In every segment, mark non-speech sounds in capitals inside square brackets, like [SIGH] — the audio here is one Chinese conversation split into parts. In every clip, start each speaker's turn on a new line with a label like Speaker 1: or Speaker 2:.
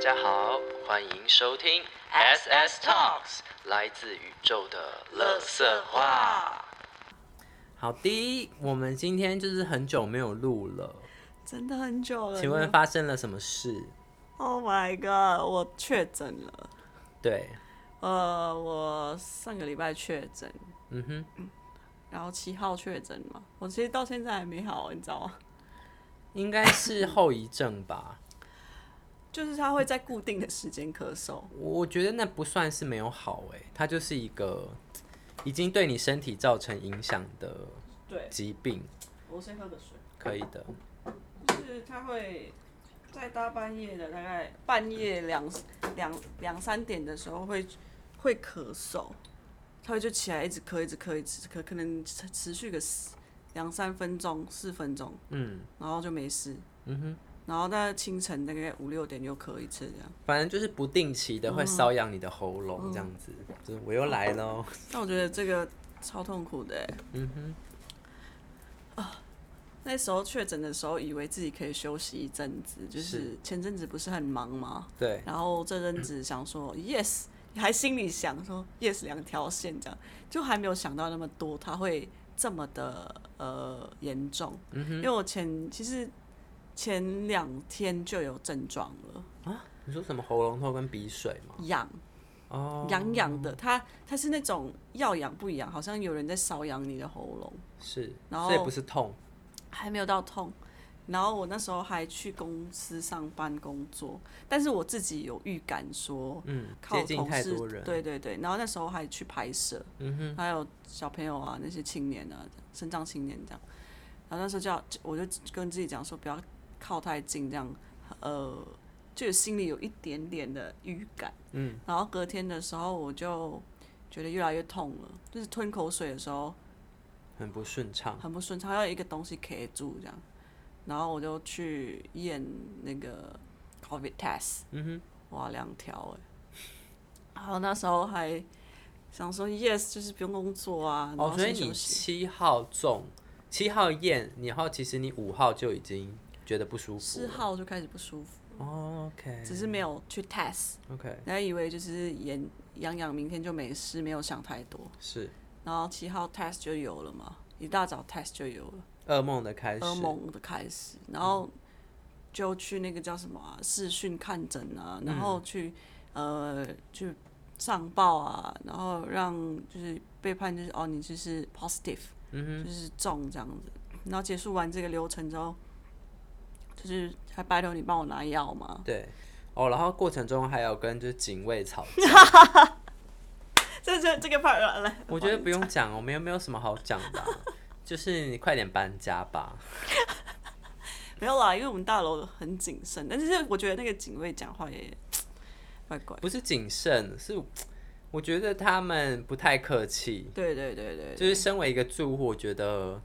Speaker 1: 家好，欢迎收听 SS Talks，来自宇宙的乐色话。好的，我们今天就是很久没有录了，
Speaker 2: 真的很久了。
Speaker 1: 请问发生了什么事？
Speaker 2: Oh my god！我确诊了。
Speaker 1: 对，
Speaker 2: 呃，我上个礼拜确诊，
Speaker 1: 嗯哼，
Speaker 2: 然后七号确诊嘛。我其实到现在还没好，你知道吗？ [LAUGHS]
Speaker 1: 应该是后遗症吧。
Speaker 2: 就是他会在固定的时间咳嗽。
Speaker 1: 我觉得那不算是没有好哎、它就是一个已经对你身体造成影响的
Speaker 2: 对，
Speaker 1: 疾病，
Speaker 2: 我先喝个水。
Speaker 1: 可以的。
Speaker 2: 就是他会在大半夜的，大概半夜两两两三点的时候会会咳嗽，他会就起来一直咳，一直咳，一直咳，可能持持续个四两三分钟、四分钟，
Speaker 1: 嗯
Speaker 2: 然后就没事。
Speaker 1: 嗯哼，
Speaker 2: 然后到清晨大概五六点又咳一次这样。哦嗯
Speaker 1: 反正就是不定期的会瘙痒你的喉咙这样子，就是我又来了哦。
Speaker 2: 但我觉得这个超痛苦的欸、啊
Speaker 1: 嗯哼，
Speaker 2: 那时候确诊的时候，以为自己可以休息一阵子，就是
Speaker 1: 是
Speaker 2: 前阵子不是很忙吗？
Speaker 1: 对，
Speaker 2: 然后这阵子想说 yes，还心里想说 yes 两条线这样，就还没有想到那么多，它会这么的呃严重。
Speaker 1: 嗯
Speaker 2: 因为我前其实前两天就有症状了，
Speaker 1: 啊你说什么喉咙痛跟鼻水吗？
Speaker 2: 痒
Speaker 1: 哦，
Speaker 2: 痒痒的，它它是那种要痒不痒，好像有人在瘙痒你的喉咙，
Speaker 1: 是，
Speaker 2: 然后
Speaker 1: 所以不是痛，
Speaker 2: 还没有到痛。然后我那时候还去公司上班工作，但是我自己有预感说，
Speaker 1: 嗯，
Speaker 2: 靠
Speaker 1: 接近
Speaker 2: 同
Speaker 1: 太
Speaker 2: 事
Speaker 1: 多人，，
Speaker 2: 对对对。然后那时候还去拍摄，
Speaker 1: 嗯哼，
Speaker 2: 还有小朋友啊，那些青年啊，生长青年这样。然后那时候就要，我就跟自己讲说，不要靠太近，这样，呃，就心里有一点点的预感。
Speaker 1: 嗯。
Speaker 2: 然后隔天的时候，我就觉得越来越痛了，就是吞口水的时候
Speaker 1: 很不顺畅，
Speaker 2: 很不顺畅，要有一个东西 K 住这样。然后我就去验那个 COVID test，
Speaker 1: 嗯
Speaker 2: 哇，两条哎。然后那时候还想说 yes，就是不用工作啊
Speaker 1: 哼，，
Speaker 2: 然
Speaker 1: 哦，
Speaker 2: 后
Speaker 1: 所以
Speaker 2: 先休
Speaker 1: 你
Speaker 2: 息
Speaker 1: 七号中，七号验，然后其实你五号就已经觉得不舒服
Speaker 2: 四
Speaker 1: 了，
Speaker 2: 号就开始不舒服，
Speaker 1: 哦，OK，
Speaker 2: 只是没有去 test，
Speaker 1: OK，
Speaker 2: 然后以为就是眼痒痒，明天就没事，没有想太多。
Speaker 1: 是
Speaker 2: 然后七号 test 就有了嘛，一大早 test 就有了，
Speaker 1: 噩梦的开始，
Speaker 2: 噩梦的开始，然后就去那个叫什么、啊、视讯看诊啊，然后去、呃去上报啊，然后让就是被判就是哦你就是 positive，、
Speaker 1: 嗯
Speaker 2: 就是中这样子。然后结束完这个流程之后，就是还拜托你帮我拿药嘛。
Speaker 1: 哼，对，哦，然后过程中还有跟就是警卫吵
Speaker 2: [LAUGHS]
Speaker 1: 架，
Speaker 2: [LAUGHS] 这这这个 part 来来，
Speaker 1: 我觉得不用讲，我们又没有什么好讲的啊、就是你快点搬家吧，
Speaker 2: 没有啦，因为我们大楼很谨慎，但是我觉得那个警卫讲话也怪怪。
Speaker 1: 不是谨慎，是我觉得他们不太客气，
Speaker 2: 对对对对，
Speaker 1: 就是身为一个住户，我觉得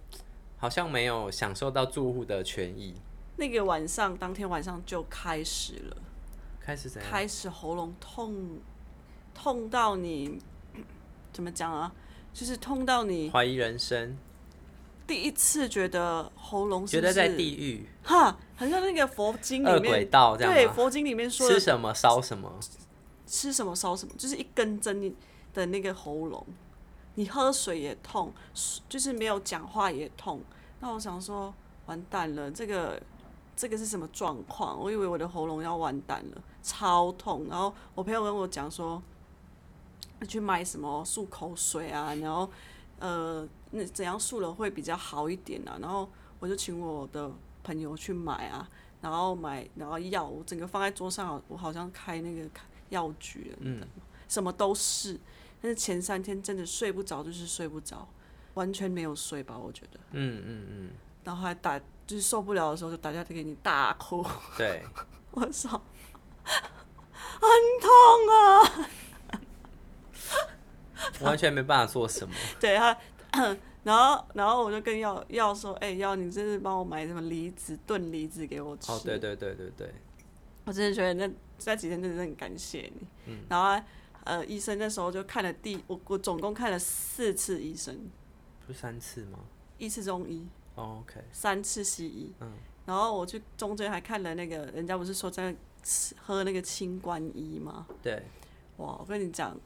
Speaker 1: 好像没有享受到住户的权益。
Speaker 2: 那个晚上当天晚上就开始了，
Speaker 1: 开始怎样？
Speaker 2: 开始喉咙痛，痛到你 [CLEARS THROAT] 怎么讲啊？就是痛到你
Speaker 1: 怀疑人生，
Speaker 2: 第一次觉得喉咙是
Speaker 1: 觉
Speaker 2: 不
Speaker 1: 得
Speaker 2: 是
Speaker 1: 在地狱、
Speaker 2: 哈，好像那个佛经
Speaker 1: 恶
Speaker 2: 里
Speaker 1: 鬼
Speaker 2: 面
Speaker 1: 道这
Speaker 2: 对
Speaker 1: 样吗？
Speaker 2: 佛经里面说
Speaker 1: 吃
Speaker 2: 的
Speaker 1: 什么烧什
Speaker 2: [LAUGHS]
Speaker 1: 么，
Speaker 2: 吃什么烧什么，就是一根针的那个喉咙，你喝水也痛，就是没有讲话也痛。那我想说，完蛋了，这个这个是什么状况？我以为我的喉咙要完蛋了，超痛。然后我朋友跟我讲说，去买什么漱口水啊，然后呃，那怎样漱了会比较好一点啊？然后我就请我的朋友去买啊，然后买，然后药我整个放在桌上，我好像开那个药局了，
Speaker 1: 嗯，
Speaker 2: 什么都是。但是前三天真的睡不着，就是睡不着，完全没有睡吧，我觉得。
Speaker 1: 嗯嗯嗯，
Speaker 2: 然后还打，就是受不了的时候就打电话给你大哭， [LAUGHS]
Speaker 1: 对，
Speaker 2: 我操，啊
Speaker 1: 完全没办法做
Speaker 2: [LAUGHS]
Speaker 1: 什么。
Speaker 2: 对他， [COUGHS] 然后然后我就跟耀耀说，哎、耀，你真是帮我买什么梨子炖梨子给我吃。
Speaker 1: 哦，对对对对对，
Speaker 2: 我真的觉得那那几天真的很感谢你。
Speaker 1: 嗯
Speaker 2: 然后呃，医生那时候就看了第我我总共看了四次医生，
Speaker 1: 不是三次吗、
Speaker 2: 一次中医，
Speaker 1: 哦、？OK，
Speaker 2: 三次西医。
Speaker 1: 嗯
Speaker 2: 然后我去中间还看了那个，人家不是说在吃喝那个清官医吗？
Speaker 1: 对，
Speaker 2: 哇，我跟你讲，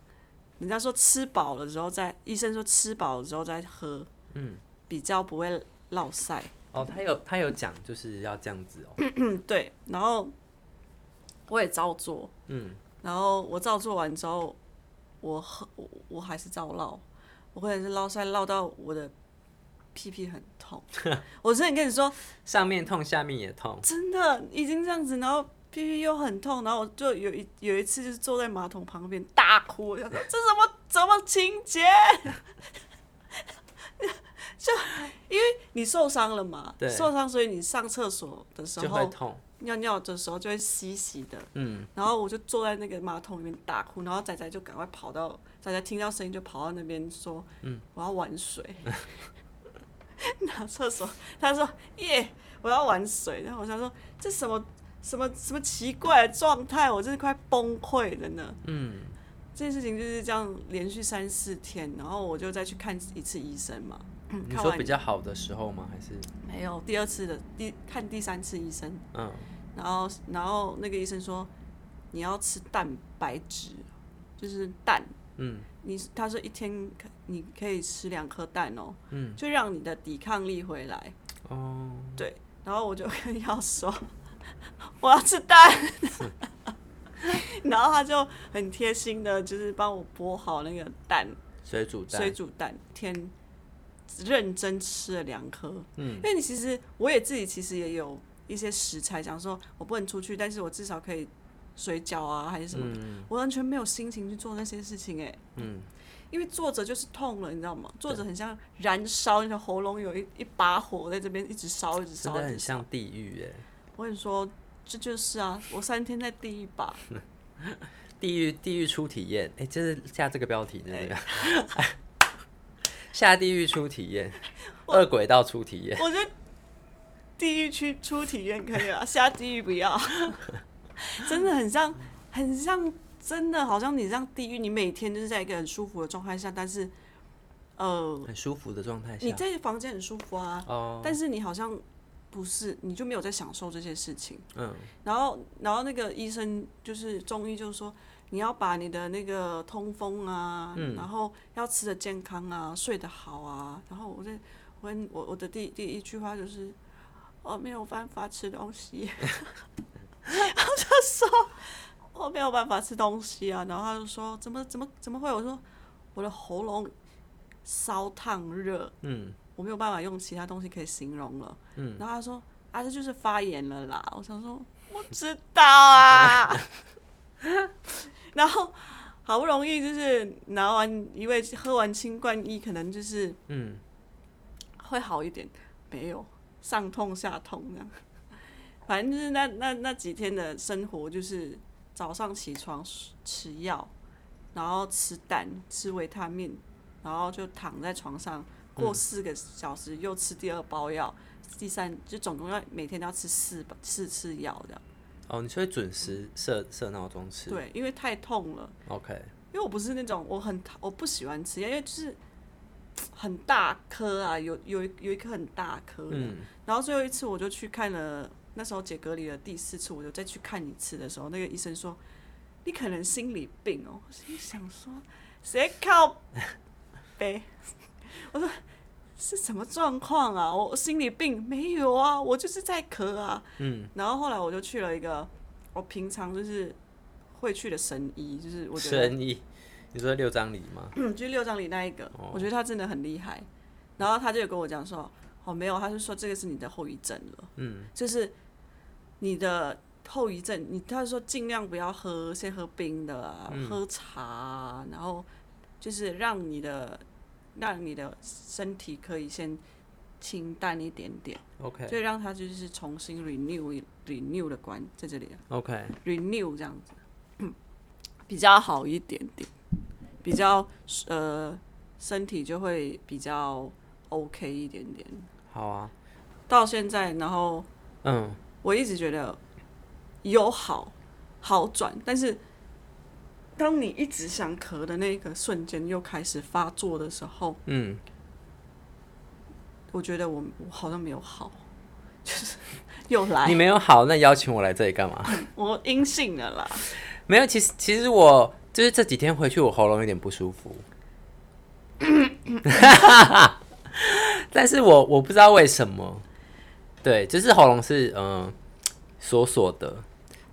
Speaker 2: 人家说吃饱了之后再，医生说吃饱了之后再喝，
Speaker 1: 嗯，
Speaker 2: 比较不会落晒。
Speaker 1: 哦，他有他有讲就是要这样子哦，
Speaker 2: 嗯， [LAUGHS] 对，然后我也照做，
Speaker 1: 嗯，
Speaker 2: 然后我照做完之后，我喝我我还是照烙，我可能是烙晒烙到我的屁屁很
Speaker 1: [LAUGHS]
Speaker 2: 痛。我之前跟你说，
Speaker 1: 上面痛下面也痛，
Speaker 2: 真的已经这样子，然后屁屁又很痛，然后我就有一有一次就是坐在马桶旁边大哭，我想说这什么什么情节？ [LAUGHS] 就因为你受伤了嘛，
Speaker 1: 对
Speaker 2: 受伤，所以你上厕所的时
Speaker 1: 就会
Speaker 2: 候
Speaker 1: 痛，
Speaker 2: 尿尿的时候就会稀稀的，
Speaker 1: 嗯，
Speaker 2: 然后我就坐在那个马桶里面大哭，然后仔仔就赶快跑到，仔仔听到声音就跑到那边说：“
Speaker 1: 嗯，
Speaker 2: 我要玩水。” [LAUGHS] 拿厕所，他说：“耶，我要玩水。”然后我想说，这什么什么什么奇怪的状态，我真是快崩溃了呢。
Speaker 1: 嗯，
Speaker 2: 这件事情就是这样连续三四天，然后我就再去看一次医生嘛。
Speaker 1: 嗯你
Speaker 2: 嗯看
Speaker 1: 说
Speaker 2: 完
Speaker 1: 比较好的时候吗？还是
Speaker 2: 没有第二次的第看第三次医生，
Speaker 1: 嗯，
Speaker 2: 然后然后那个医生说你要吃蛋白质，就是蛋。
Speaker 1: 嗯
Speaker 2: 你他说一天可你可以吃两颗蛋哦，
Speaker 1: 嗯，
Speaker 2: 就让你的抵抗力回来。
Speaker 1: 哦，
Speaker 2: 对，然后我就跟耀说， [LAUGHS] 我要吃蛋， [LAUGHS] 然后他就很贴心的，就是帮我剥好那个蛋，
Speaker 1: 水煮蛋，
Speaker 2: 水煮蛋，天，认真吃了两颗。
Speaker 1: 嗯
Speaker 2: 因为你其实我也自己其实也有一些食材，想说我不能出去，但是我至少可以水饺啊还是什么的，
Speaker 1: 嗯
Speaker 2: 我完全没有心情去做那些事情哎、
Speaker 1: 嗯，
Speaker 2: 因为坐着就是痛了，你知道吗？坐着很像燃烧，你的喉咙有一一把火在这边一直烧，一直
Speaker 1: 真
Speaker 2: 烧。
Speaker 1: 的
Speaker 2: 一
Speaker 1: 很
Speaker 2: 直烧
Speaker 1: 像地狱哎，
Speaker 2: 我跟你说，这就是啊，我三天在地狱吧。
Speaker 1: 地狱地狱初体验，哎，这是下这个标题真的，
Speaker 2: 哎
Speaker 1: [LAUGHS] 下地狱初体验，恶鬼道初体验，
Speaker 2: [LAUGHS] 我觉得地狱去出体验可
Speaker 1: [LAUGHS]
Speaker 2: 以啊，下地狱不要。 [LAUGHS] 真的很像，很像，真的好像你像地狱，你每天就是在一个很舒服的状态下，但是呃，
Speaker 1: 很舒服的状态
Speaker 2: 你
Speaker 1: 下，
Speaker 2: 在房间很舒服啊，
Speaker 1: 哦，
Speaker 2: 但是你好像不是，你就没有在享受这些事情。
Speaker 1: 嗯
Speaker 2: 然后，然后那个医生就是中医，就是说你要把你的那个通风啊，
Speaker 1: 嗯
Speaker 2: 然后要吃的健康啊，睡得好啊。然后我在我跟我我的第第一句话就是，我没有办法吃东西， [LAUGHS] 然后就说我没有办法吃东西啊。然后他就说怎么怎么怎么会？我说我的喉咙烧烫热，
Speaker 1: 嗯
Speaker 2: 我没有办法用其他东西可以形容了。
Speaker 1: 嗯，
Speaker 2: 然后他说啊，这就是发炎了啦。我想说，我知道啊。 [LAUGHS] 然后好不容易就是拿完一位喝完清冠一，可能就是
Speaker 1: 嗯，
Speaker 2: 会好一点，没有上痛下痛这样。反正就是那那那几天的生活，就是早上起床吃吃药，然后吃蛋，吃维他命，然后就躺在床上过四个小时，又吃第二包药，第三就总共要每天都要吃四包四次药这样。
Speaker 1: 哦，你是会准时设设闹钟吃，
Speaker 2: 对，因为太痛了，
Speaker 1: ，OK，
Speaker 2: 因为我不是那种我很我不喜欢吃药，因为就是很大颗啊，有有一有一颗很大颗的。
Speaker 1: 嗯
Speaker 2: 然后最后一次我就去看了，那时候解隔离了第四次，我就再去看一次的时候，那个医生说你可能心理病哦，我心里想说谁靠背？我说是什么状况啊？我心理病没有啊，我就是在咳啊。
Speaker 1: 嗯，
Speaker 2: 然后后来我就去了一个我平常就是会去的神医，就是我觉得
Speaker 1: 生意，你说六张里吗？
Speaker 2: 嗯， [CLEARS THROAT] 就是六张里那一个，
Speaker 1: 哦
Speaker 2: 我觉得他真的很厉害。然后他就有跟我讲说，哦没有，他就说这个是你的后遗症了。
Speaker 1: 嗯
Speaker 2: 就是你的后遗症，你他说尽量不要喝，先喝冰的、啊，
Speaker 1: 嗯
Speaker 2: 喝茶、啊，然后就是让你的让你的身体可以先清淡一点点，
Speaker 1: ，OK
Speaker 2: 就让它就是重新 renew 一 renew 的关在这里啊
Speaker 1: OK，
Speaker 2: renew 这样子， [CLEARS THROAT] 比较好一点点，比较呃身体就会比较 OK 一点点。
Speaker 1: 好啊，
Speaker 2: 到现在，然后
Speaker 1: 嗯，
Speaker 2: 我一直觉得有好好转，但是当你一直想咳的那个瞬间又开始发作的时候，
Speaker 1: 嗯，
Speaker 2: 我觉得我我好像没有好，就是 [LAUGHS] 又
Speaker 1: 你
Speaker 2: 来，
Speaker 1: 没有好，那邀请我来这里干嘛？
Speaker 2: 我阴性了啦。
Speaker 1: 没有，其实其实我就是这几天回去，我喉咙有点不舒服。但是我我不知道为什么，对，就是喉咙是嗯锁锁的，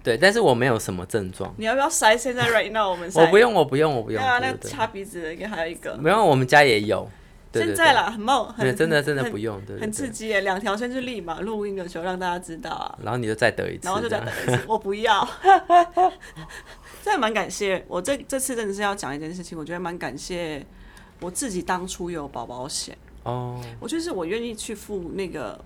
Speaker 1: 对，但是我没有什么症状，
Speaker 2: 你要不要塞？现在 right now 我们塞。
Speaker 1: 我不用，我不用，我不
Speaker 2: 对
Speaker 1: 用，
Speaker 2: 啊，
Speaker 1: 对
Speaker 2: 那
Speaker 1: 对
Speaker 2: 个
Speaker 1: 对
Speaker 2: 擦鼻子的应该还有一个。
Speaker 1: 没有，我们家也有，对对
Speaker 2: 现
Speaker 1: 对
Speaker 2: 在啦，很冒，
Speaker 1: 对，
Speaker 2: 很
Speaker 1: 真的真的
Speaker 2: 很
Speaker 1: 不用，对对
Speaker 2: 很刺
Speaker 1: 对。
Speaker 2: 激耶！两条线就立马录音的时候让大家知道啊，
Speaker 1: 然后你就再得一次，
Speaker 2: 然后就
Speaker 1: 这
Speaker 2: 再
Speaker 1: 样
Speaker 2: 等一次，我不要。 [LAUGHS] 真的蛮感谢，我这这次真的是要讲一件事情，我觉得蛮感谢我自己当初有保保险，
Speaker 1: 哦，
Speaker 2: 我就是我愿意去付那个，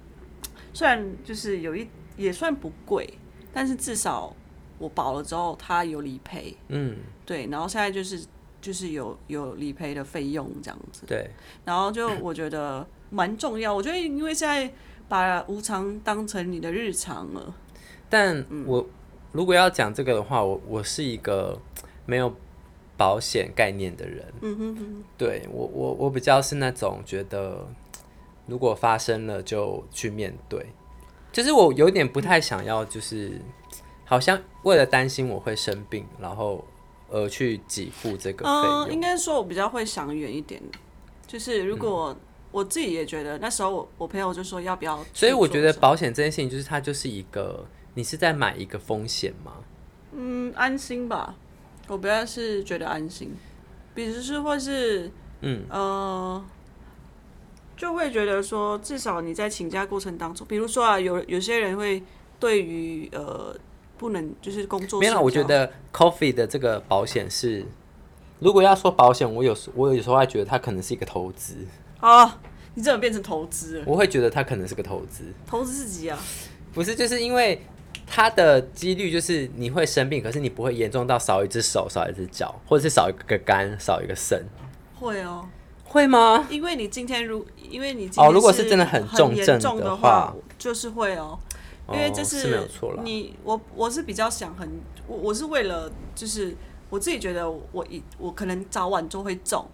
Speaker 2: 虽然就是有一也算不贵，但是至少我保了之后它有理赔，
Speaker 1: 嗯，
Speaker 2: 对，然后现在就是就是有有理赔的费用这样子。
Speaker 1: 对，
Speaker 2: 然后就我觉得蛮重要。我觉得因为现在把无常当成你的日常了，
Speaker 1: 但
Speaker 2: 嗯
Speaker 1: 我如果要讲这个的话，我我是一个没有保险概念的人。
Speaker 2: 嗯哼哼，
Speaker 1: 对我我我比较是那种觉得，如果发生了就去面对，就是我有点不太想要，就是好像为了担心我会生病，然后而去给付这个
Speaker 2: 嗯、
Speaker 1: 费用。嗯
Speaker 2: 应该说我比较会想远一点，就是如果我自己也觉得那时候我我朋友就说要不要去做什么，
Speaker 1: 所以我觉得保险这件事情，就是它就是一个，你是在买一个风险吗？
Speaker 2: 嗯安心吧，我比较是觉得安心，比如是或是
Speaker 1: 嗯
Speaker 2: 呃。就会觉得说，至少你在请假过程当中，比如说啊，有有些人会对于呃不能就是工作
Speaker 1: 没
Speaker 2: 是
Speaker 1: 有
Speaker 2: 比
Speaker 1: 啦，
Speaker 2: 较，
Speaker 1: 我觉得 coffee 的这个保险是，如果要说保险，我有时我有时候还觉得它可能是一个投资，
Speaker 2: 啊，你这种变成投资了，
Speaker 1: 我会觉得它可能是个投资，
Speaker 2: 投资自己啊，
Speaker 1: 不是就是因为它的几率就是你会生病，可是你不会严重到少一只手、少一只脚，或者是少一个肝、少一个肾，
Speaker 2: 会哦，
Speaker 1: 会吗？
Speaker 2: 因为你今天如，因为你今
Speaker 1: 哦
Speaker 2: 天
Speaker 1: 如果
Speaker 2: 是
Speaker 1: 是真的很
Speaker 2: 很
Speaker 1: 重
Speaker 2: 严
Speaker 1: 症
Speaker 2: 重
Speaker 1: 的
Speaker 2: 的
Speaker 1: 话，
Speaker 2: 就是会哦，因
Speaker 1: 哦
Speaker 2: 为这
Speaker 1: 是没有错啦
Speaker 2: 你我我是比较想很，我我是为了就是我自己觉得我一我可能早晚就会中，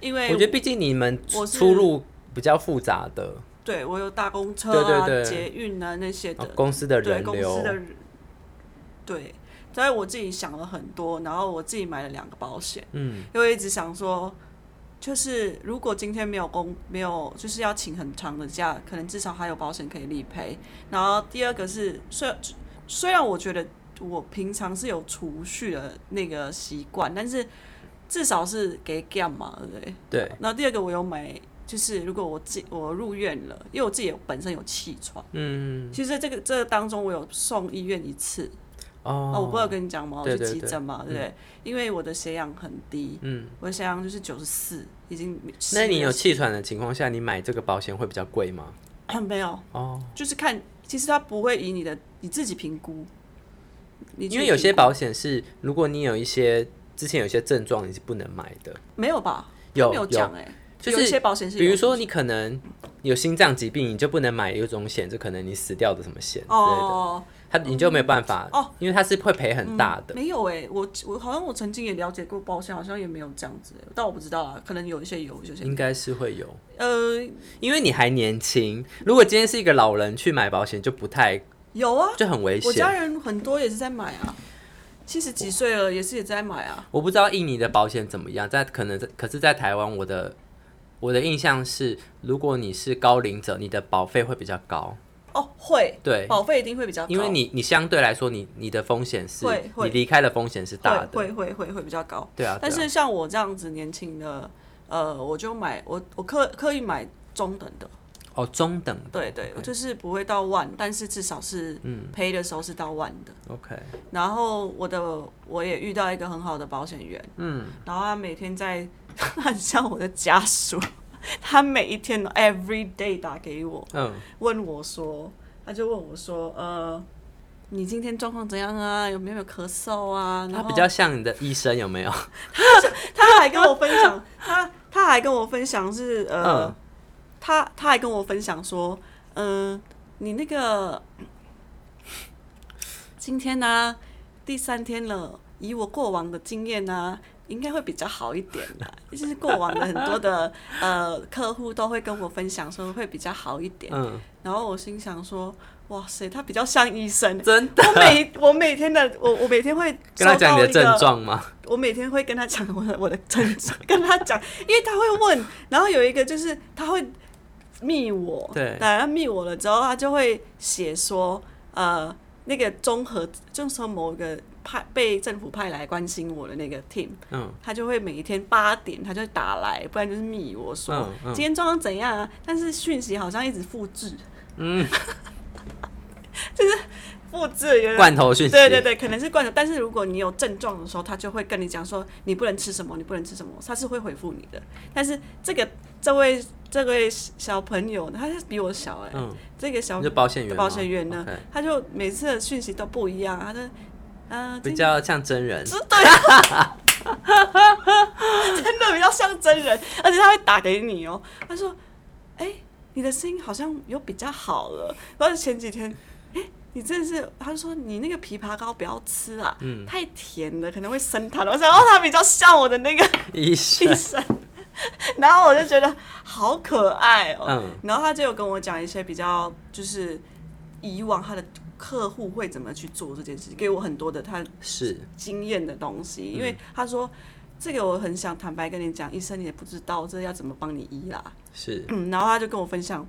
Speaker 2: 因为
Speaker 1: 我觉得毕竟你们
Speaker 2: 我是
Speaker 1: 出入比较复杂的，
Speaker 2: 对我有搭公车啊、
Speaker 1: 对对对
Speaker 2: 捷运啊那些的，
Speaker 1: 哦公司的
Speaker 2: 对
Speaker 1: 人
Speaker 2: 公
Speaker 1: 流
Speaker 2: 司，的人，对，所以我自己想了很多，然后我自己买了两个保险。
Speaker 1: 嗯，
Speaker 2: 因为一直想说，就是如果今天没有工，没有就是要请很长的假，可能至少还有保险可以理赔。然后第二个是，虽虽然我觉得我平常是有储蓄的那个习惯，但是至少是给 g 嘛，对不对？
Speaker 1: 对，
Speaker 2: 然后第二个我有买，就是如果我自我入院了，因为我自己有本身有气喘，
Speaker 1: 嗯，
Speaker 2: 其实这个这个当中我有送医院一次，
Speaker 1: 哦，
Speaker 2: 啊，我不知道跟你讲吗？我
Speaker 1: 对
Speaker 2: 去
Speaker 1: 对
Speaker 2: 急
Speaker 1: 对
Speaker 2: 诊嘛，对不对？因为我的血氧很低，
Speaker 1: 嗯，
Speaker 2: 我的血氧就是九十四，已经吸了。
Speaker 1: 那你有气喘的情况下，你买这个保险会比较贵吗？
Speaker 2: [COUGHS] 没有？
Speaker 1: 哦，
Speaker 2: 就是看，其实它不会以你的你自己评估，你去
Speaker 1: 因为有些
Speaker 2: 评
Speaker 1: 保险是，如果你有一些之前有一些症状，你是不能买的。
Speaker 2: 没有吧？它
Speaker 1: 有
Speaker 2: 没有讲哎，
Speaker 1: 就
Speaker 2: 有一
Speaker 1: 是
Speaker 2: 些保险是有，
Speaker 1: 比如说你可能有心脏疾病，你就不能买有一种险，就可能你死掉的什么险之类的，
Speaker 2: 哦
Speaker 1: 它你就没有办法
Speaker 2: 哦，
Speaker 1: 因为它是会赔很大的。
Speaker 2: 没有哎，我我好像我曾经也了解过保险，好像也没有这样子欸，但我不知道啊，可能有一些有，有一些没
Speaker 1: 应该是会有，
Speaker 2: 有呃
Speaker 1: 因为你还年轻。如果今天是一个老人去买保险，就不太
Speaker 2: 有啊，
Speaker 1: 就很危
Speaker 2: 我家
Speaker 1: 险。
Speaker 2: 人很多也是在买啊，七十几岁了也是也在买啊。
Speaker 1: 我不知道印尼的保险怎么样，在可能在可是，在台湾我的我的印象是，如果你是高龄者，你的保费会比较高。
Speaker 2: 哦，会，
Speaker 1: 对，
Speaker 2: 保费一定会比较高，
Speaker 1: 因为你你相对来说你你的风险是
Speaker 2: 会，会
Speaker 1: 你离开的风险是大
Speaker 2: 会
Speaker 1: 的，
Speaker 2: 会会会会比较高。
Speaker 1: 对啊。
Speaker 2: 但
Speaker 1: 对啊
Speaker 2: 是像我这样子年轻的，呃，我就买我我刻刻意买中等的，
Speaker 1: 哦，中等的
Speaker 2: 对对，我就是不会到万，但是至少是
Speaker 1: 嗯
Speaker 2: 赔的时候是到万的。
Speaker 1: ，OK，
Speaker 2: 然后我的我也遇到一个很好的保险员，嗯，然后他每天在， [LAUGHS] 他很像我的家属，他每一天都 every day 打给我，
Speaker 1: 嗯，
Speaker 2: 问我说，他就问我说，呃，你今天状况怎样啊？有没有咳嗽啊？然
Speaker 1: 他
Speaker 2: 后
Speaker 1: 比较像你的医生有没
Speaker 2: [LAUGHS]
Speaker 1: 有？
Speaker 2: 他还跟我分享，他他还跟我分享是呃，
Speaker 1: [LAUGHS] 嗯
Speaker 2: 他他还跟我分享说，嗯，你那个今天呢、啊第三天了，以我过往的经验呢、啊应该会比较好一点啦，就是过往的很多的呃客户都会跟我分享说会比较好一点，
Speaker 1: 嗯，
Speaker 2: 然后我心想说，哇塞，他比较像
Speaker 1: [LAUGHS]
Speaker 2: 医生。欸
Speaker 1: 真的
Speaker 2: 我每我每天的我我每天会
Speaker 1: 跟他
Speaker 2: 收到
Speaker 1: 讲你的
Speaker 2: 一
Speaker 1: 症
Speaker 2: 个
Speaker 1: 状吗？
Speaker 2: 我每天会跟他讲我的我的症状，跟他讲，因为他会问，然后有一个就是他会密我，
Speaker 1: 对
Speaker 2: 然后密我了之后，他就会写说，呃，那个综合就是说某个派被政府派来关心我的那个 team，
Speaker 1: 嗯，
Speaker 2: 他就会每天八点他就打来，不然就是密我说、
Speaker 1: 嗯嗯
Speaker 2: 今天状况怎样啊，但是讯息好像一直复制，
Speaker 1: 嗯，
Speaker 2: [LAUGHS] 就是复制有点
Speaker 1: 罐头讯息，
Speaker 2: 对对，对，可能是罐头，但是如果你有症状的时候，他就会跟你讲说你不能吃什么，你不能吃什么，他是会回复你的。但是这个这位这位小朋友，他是比我小哎、
Speaker 1: 嗯，
Speaker 2: 这个小
Speaker 1: 你是保险员吗，
Speaker 2: 保险员呢
Speaker 1: OK
Speaker 2: 他就每次的讯息都不一样，他就呃，
Speaker 1: 比
Speaker 2: 今
Speaker 1: 较像真人，
Speaker 2: 是对，真的比较像真人，而且他会打给你哦。他说：“哎、你的声音好像有比较好了。”然后前几天，哎、你真的是，他就说你那个枇杷膏不要吃啊，
Speaker 1: 嗯
Speaker 2: 太甜了，可能会生痰。我想，哦，他比较像我的那个
Speaker 1: 医生
Speaker 2: 医，
Speaker 1: [LAUGHS]
Speaker 2: 生。然后我就觉得好可爱哦。
Speaker 1: 嗯
Speaker 2: 然后他就有跟我讲一些比较，就是以往他的客户会怎么去做这件事，给我很多的他
Speaker 1: 是
Speaker 2: 经验的东西，因为
Speaker 1: 嗯
Speaker 2: 他说这个我很想坦白跟你讲，医生你也不知道这要怎么帮你医啦。
Speaker 1: 是，
Speaker 2: 嗯，然后他就跟我分享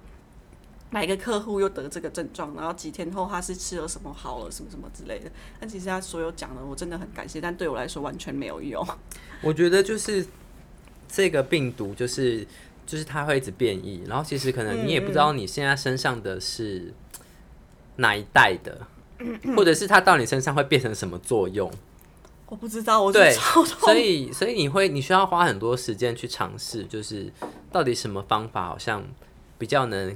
Speaker 2: 哪一个客户又得这个症状，然后几天后他是吃了什么好了什么什么之类的。但其实他所有讲的我真的很感谢，但对我来说完全没有用。
Speaker 1: 我觉得就是这个病毒就是就是它会一直变异，然后其实可能你也不知道你现在身上的是哪一代的，或者是它到你身上会变成什么作用。
Speaker 2: 我不知道，我就
Speaker 1: 对，
Speaker 2: 超
Speaker 1: 所以所以你会你需要花很多时间去尝试，就是到底什么方法好像比较能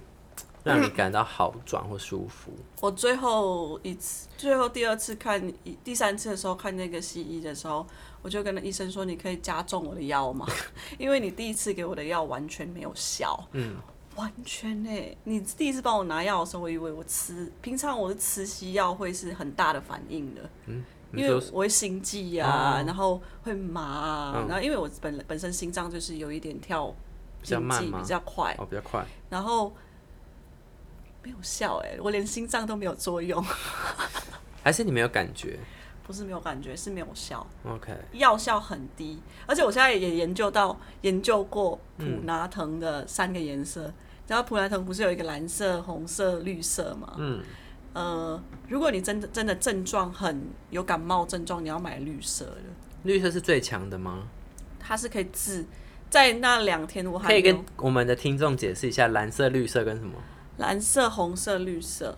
Speaker 1: 让你感到好转或舒服。
Speaker 2: 我最后一次，最后第二次看，第三次的时候看那个西医的时候，我就跟那医生说：“你可以加重我的药吗？ [LAUGHS] 因为你第一次给我的药完全没有效。”
Speaker 1: 嗯，
Speaker 2: 完全呢、你第一次帮我拿药的时候，我以为我吃，平常我是吃西药会是很大的反应的。
Speaker 1: 嗯你
Speaker 2: 因为
Speaker 1: 说
Speaker 2: 我会心悸啊，
Speaker 1: 哦
Speaker 2: 然后会麻、啊，
Speaker 1: 嗯
Speaker 2: 然后因为我本本身心脏就是有一点跳
Speaker 1: 比较慢
Speaker 2: 心悸
Speaker 1: 吗
Speaker 2: 比较快，
Speaker 1: 哦比较快，
Speaker 2: 然后没有效哎、我连心脏都没有作用，
Speaker 1: 还是你没有感觉
Speaker 2: 不是没有感觉，是没有效，
Speaker 1: ？OK，
Speaker 2: 药效很低。而且我现在也研究到研究过普
Speaker 1: 嗯
Speaker 2: 拿藤的三个颜色，然后普拿藤不是有一个蓝色、红色、绿色吗？
Speaker 1: 嗯，
Speaker 2: 呃，如果你真的真的症状很有感冒症状，你要买绿色的，
Speaker 1: 绿色是最强的吗？
Speaker 2: 它是可以治。在那两天我还
Speaker 1: 可以
Speaker 2: 没有
Speaker 1: 跟我们的听众解释一下蓝色、绿色跟什么？
Speaker 2: 蓝色、红色、绿色。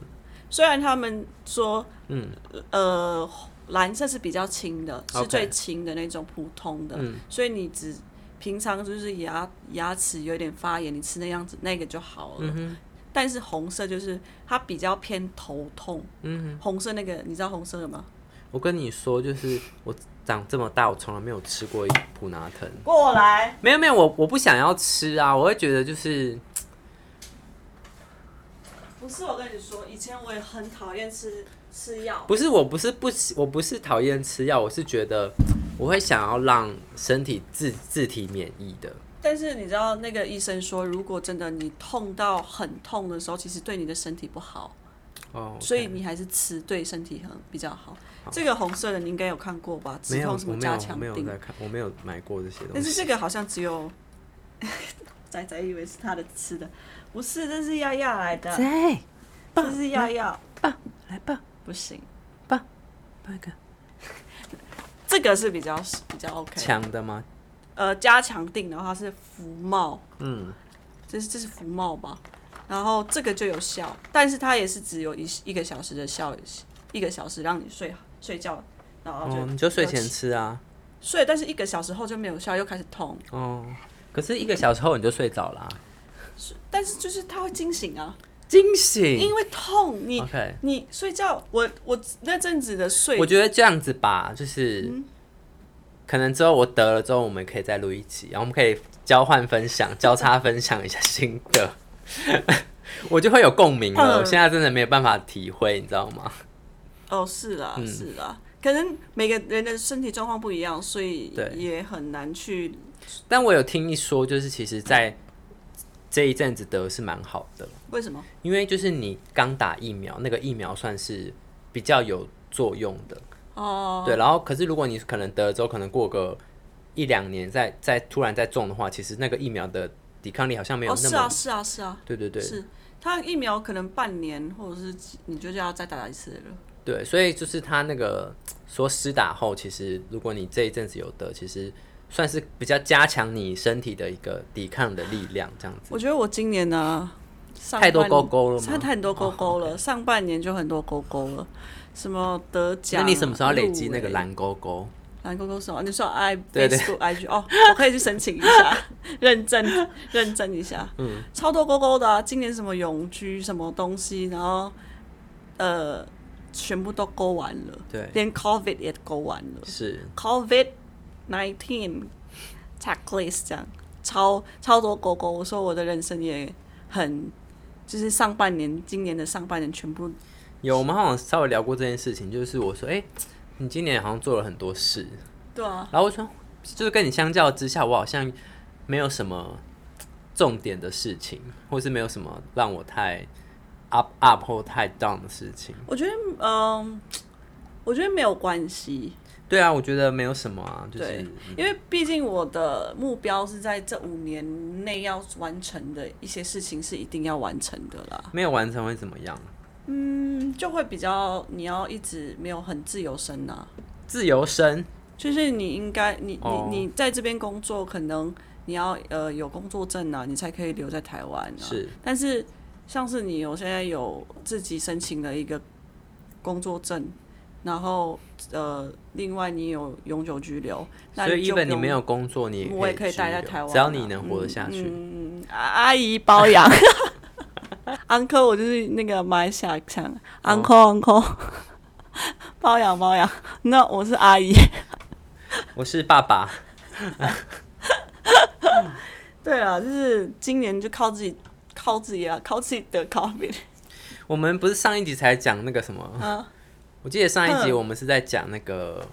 Speaker 2: 虽然他们说，
Speaker 1: 嗯，
Speaker 2: 呃，蓝色是比较轻的，是
Speaker 1: OK
Speaker 2: 最轻的那种普通的，
Speaker 1: 嗯
Speaker 2: 所以你只平常就是牙牙齿有点发炎，你吃那样子那个就好了。
Speaker 1: 嗯
Speaker 2: 但是红色就是它比较偏头痛，嗯、红色那个你知道红色的吗？
Speaker 1: 我跟你说，就是我长这么大，我从来没有吃过普拿疼。
Speaker 2: 过来，
Speaker 1: 没有没有，我我不想要吃啊，我会觉得就是
Speaker 2: 不是我跟你说，以前我也很讨厌吃吃药，
Speaker 1: 不是我不是不喜我不是讨厌吃药，我是觉得我会想要让身体自自体免疫的。
Speaker 2: 但是你知道那个医生说，如果真的你痛到很痛的时候，其实对你的身体不好。
Speaker 1: 哦，
Speaker 2: 所以你还是吃对身体很比较好。这个红色的你应该有看过吧？止
Speaker 1: 没有
Speaker 2: 痛
Speaker 1: 我
Speaker 2: 什么
Speaker 1: 没有
Speaker 2: 加
Speaker 1: 我
Speaker 2: 强
Speaker 1: 没有
Speaker 2: 定
Speaker 1: 在，看，我没有买过这些东
Speaker 2: 但是
Speaker 1: 西。
Speaker 2: 这个好像只有 [LAUGHS] 仔仔以为是他的吃的，不是，这是亚亚来的，
Speaker 1: 对，
Speaker 2: 这是亚亚，
Speaker 1: 来吧，
Speaker 2: 不行，
Speaker 1: 那个
Speaker 2: 这个是比较比较 OK。
Speaker 1: 强的吗？
Speaker 2: 呃，加强定的话是福茂，
Speaker 1: 嗯，
Speaker 2: 这是这是福茂吧？然后这个就有效，但是它也是只有一一个小时的效，一个小时让你睡睡觉，然后就、
Speaker 1: 哦，你就睡前吃啊。
Speaker 2: 睡，但是一个小时后就没有效，又开始痛。
Speaker 1: 哦，可是一个小时后你就睡着啦、啊
Speaker 2: 但是就是它会惊醒啊，
Speaker 1: 惊醒
Speaker 2: 因。为痛，你
Speaker 1: 嗯 OK，
Speaker 2: 你睡觉，我我那阵子的睡，
Speaker 1: 我觉得这样子吧，就是、可能之后我得了之后，我们可以再录一集，然后我们可以交换分享、交叉分享一下心得， [LAUGHS] 我就会有共鸣了。
Speaker 2: 嗯
Speaker 1: 我现在真的没有办法体会，你知道吗？
Speaker 2: 哦是啦、
Speaker 1: 嗯
Speaker 2: 是啦，可能每个人的身体状况不一样，所以
Speaker 1: 对
Speaker 2: 也很难去
Speaker 1: 但我有听一说，就是其实在这一阵子得是蛮好的，
Speaker 2: 为什么？
Speaker 1: 因为就是你刚打疫苗，那个疫苗算是比较有作用的。
Speaker 2: 哦，
Speaker 1: 对，然后可是如果你可能得了之后，可能过个一两年再再突然再中的话，其实那个疫苗的抵抗力好像没有
Speaker 2: 哦，
Speaker 1: 那
Speaker 2: 是
Speaker 1: 么。
Speaker 2: 啊，是啊，是啊，
Speaker 1: 对对对
Speaker 2: 是。它疫苗可能半年或者是几你就要再打一次了。
Speaker 1: 对，所以就是他那个说施打后，其实如果你这一阵子有得，其实算是比较加强你身体的一个抵抗的力量，这样子。
Speaker 2: 我觉得我今年呢，上
Speaker 1: 太多
Speaker 2: 半
Speaker 1: 勾勾了吗
Speaker 2: 太太多勾
Speaker 1: [LAUGHS]
Speaker 2: 勾了，上半年就很多勾勾了，什么得奖
Speaker 1: 那
Speaker 2: 啊。
Speaker 1: 你什么时候要累积
Speaker 2: 入
Speaker 1: 那个
Speaker 2: 围
Speaker 1: 蓝勾勾？
Speaker 2: 蓝勾勾是什么？你说 I
Speaker 1: 对对
Speaker 2: Facebook IG 哦，我可以去申请一下，认证认证一下。嗯，超多勾勾的、啊，今年什么永居什么东西，然后呃，全部都勾完了，
Speaker 1: 对，
Speaker 2: 连 COVID 也勾完了
Speaker 1: 是
Speaker 2: ，COVID nineteen checklist 这样，超超多勾勾。我说我的人生也很，就是上半年，今年的上半年全部
Speaker 1: 有我们好像稍微聊过这件事情，就是我说，哎、你今年好像做了很多事，
Speaker 2: 对啊，
Speaker 1: 然后我说，就是跟你相较之下，我好像没有什么重点的事情，或是没有什么让我太 up up 或太 down 的事情。
Speaker 2: 我觉得嗯、我觉得没有关系。
Speaker 1: 对啊，我觉得没有什么啊，就是
Speaker 2: 对，因为毕竟我的目标是在这五年内要完成的一些事情是一定要完成的啦。
Speaker 1: 没有完成会怎么样？
Speaker 2: 嗯，就会比较你要一直没有很自由身呐、啊
Speaker 1: 自由身
Speaker 2: 就是你应该你
Speaker 1: 哦
Speaker 2: 你你在这边工作，可能你要呃有工作证啊，你才可以留在台湾、啊。
Speaker 1: 是，
Speaker 2: 但是像是你有现在有自己申请了一个工作证，然后呃，另外你有永久居留，那
Speaker 1: 所以
Speaker 2: 就
Speaker 1: even
Speaker 2: 不
Speaker 1: 你
Speaker 2: 用
Speaker 1: 没有工作，你
Speaker 2: 我也可以待在
Speaker 1: 自由
Speaker 2: 台湾啊
Speaker 1: 只要你能活得下去。
Speaker 2: 啊阿姨包养。uncle，我就是那个马来西亚腔，uncle uncle，包养包养。那我是阿姨。
Speaker 1: 我是爸爸，
Speaker 2: 对啊，就是今年就靠自己，靠自己啊，靠自己得 COVID。
Speaker 1: 我们不是上一集才讲那个什么？
Speaker 2: 啊
Speaker 1: 我记得上一集
Speaker 2: 嗯
Speaker 1: 我们是在讲那个，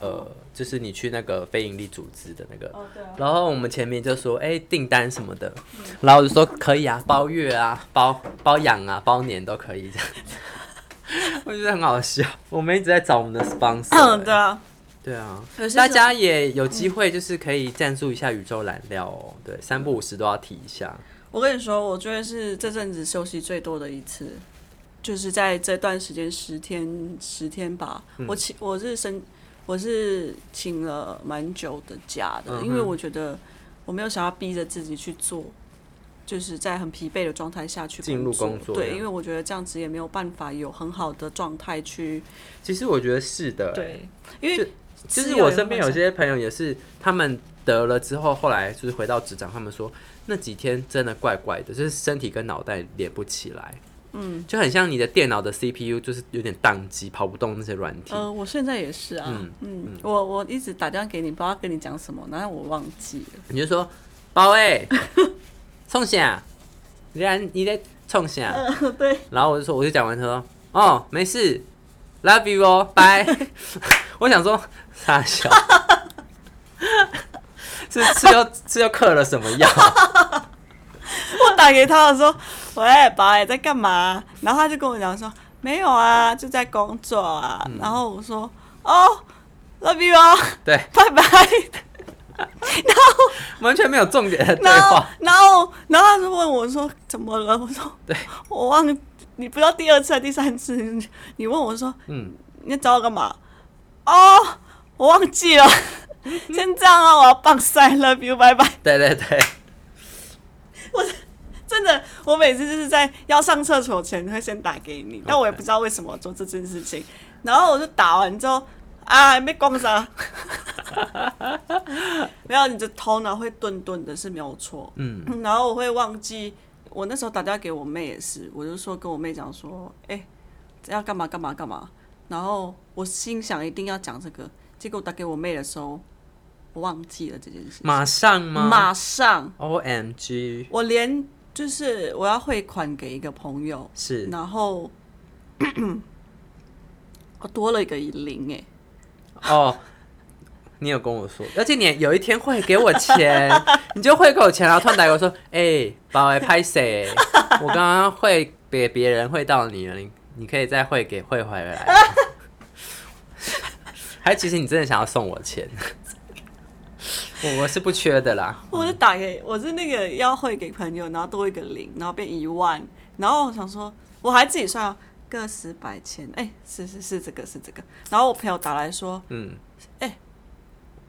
Speaker 1: 呃，就是你去那个非营利组织的那个，
Speaker 2: 哦，对啊，
Speaker 1: 然后我们前面就说，哎、订单什么的，
Speaker 2: 嗯
Speaker 1: 然后我就说可以啊，包月啊，包包养啊，包年都可以这样。
Speaker 2: [LAUGHS]
Speaker 1: 我觉得很好笑，我们一直在找我们的 sponsor 欸、
Speaker 2: [COUGHS] 嗯，对啊，
Speaker 1: 对啊
Speaker 2: 有，些
Speaker 1: 大
Speaker 2: 时候
Speaker 1: 家也有机会，就是可以赞助一下宇宙燃料哦。对，三不五十都要提一下。
Speaker 2: 我跟你说，我觉得是这阵子休息最多的一次，就是在这段时间十天十天吧。
Speaker 1: 嗯
Speaker 2: 我请我是申我是请了蛮久的假的，
Speaker 1: 嗯哼
Speaker 2: 因为我觉得我没有想要逼着自己去做，就是在很疲惫的状态下去
Speaker 1: 进入
Speaker 2: 作
Speaker 1: 工作这
Speaker 2: 对，
Speaker 1: 样
Speaker 2: 因为我觉得这样子也没有办法有很好的状态去
Speaker 1: 其实我觉得是的、欸，，
Speaker 2: 对，因为
Speaker 1: 就
Speaker 2: 吃
Speaker 1: 是
Speaker 2: 药
Speaker 1: 我
Speaker 2: 也
Speaker 1: 身
Speaker 2: 会
Speaker 1: 边
Speaker 2: 想
Speaker 1: 有些朋友也是，他们得了之后，后来就是回到职场，他们说那几天真的怪怪的，就是身体跟脑袋连不起来。嗯，就很像你的电脑的 CPU 就是有点宕机，跑不动那些软体。
Speaker 2: 呃，我现在也是啊，嗯我我一直打电话给你，不知道跟你讲什么，然后我忘记了。
Speaker 1: 你就说宝哎、 [LAUGHS] 冲啥？你在你在冲啥？
Speaker 2: [LAUGHS] 嗯对，
Speaker 1: 然后我就说，我就讲完，他说哦没事，love you 哦，拜。 [LAUGHS] 我想说傻笑， [LAUGHS] 是是又是又嗑了什么药？
Speaker 2: 我打给他，我说：“喂，宝哎，在干嘛？”然后他就跟我讲说：“没有啊，就在工作啊。
Speaker 1: 嗯
Speaker 2: 然后我说：“哦，love you 哦，
Speaker 1: 对，
Speaker 2: 拜拜。
Speaker 1: 完全没有重点的”对
Speaker 2: 然后
Speaker 1: 话。，
Speaker 2: 然后，然后他就问我说：“怎么了？”我说：“
Speaker 1: 对，
Speaker 2: 我忘，你不知道第二次还是第三次，你问我说
Speaker 1: 嗯，
Speaker 2: 你找我干嘛？”哦，我忘记了， [LAUGHS] 先这样啊，我要棒赛，love you，拜拜。
Speaker 1: 对对对，
Speaker 2: 真的，我每次就是在要上厕所前会先打给你，但我也不知道为什么做这件事情。然后我就打完之后，啊，还没逛啥， [LAUGHS] 没有，你的头脑会顿顿的，是没有错。
Speaker 1: 嗯，
Speaker 2: 然后我会忘记，我那时候打电话给我妹也是，我就说跟我妹讲说，哎、要干嘛干嘛干嘛。然后我心想一定要讲这个，结果打给我妹的时候，我忘记了这件事，
Speaker 1: 马上吗？
Speaker 2: 马上。
Speaker 1: O M G，
Speaker 2: 我连就是我要汇款给一个朋友，
Speaker 1: 是
Speaker 2: 然后 [COUGHS] 欸我多了一个零哎、
Speaker 1: 哦。你有跟我说，而且你有一天会给我
Speaker 2: [LAUGHS]
Speaker 1: 钱，你就汇给我钱，然后突然打给我说，哎、宝哎拍谁？我刚刚汇给别人汇到你了，你你可以再汇给汇回来
Speaker 2: [LAUGHS]
Speaker 1: 吗。还其实你真的想要送我钱，我我是不缺的啦。
Speaker 2: 我是打给我是那个要汇给朋友，然后多一个零，然后变一万，然后我想说我还自己算哦个十百千，哎、是是是这个是这个，然后我朋友打来说哎
Speaker 1: 嗯，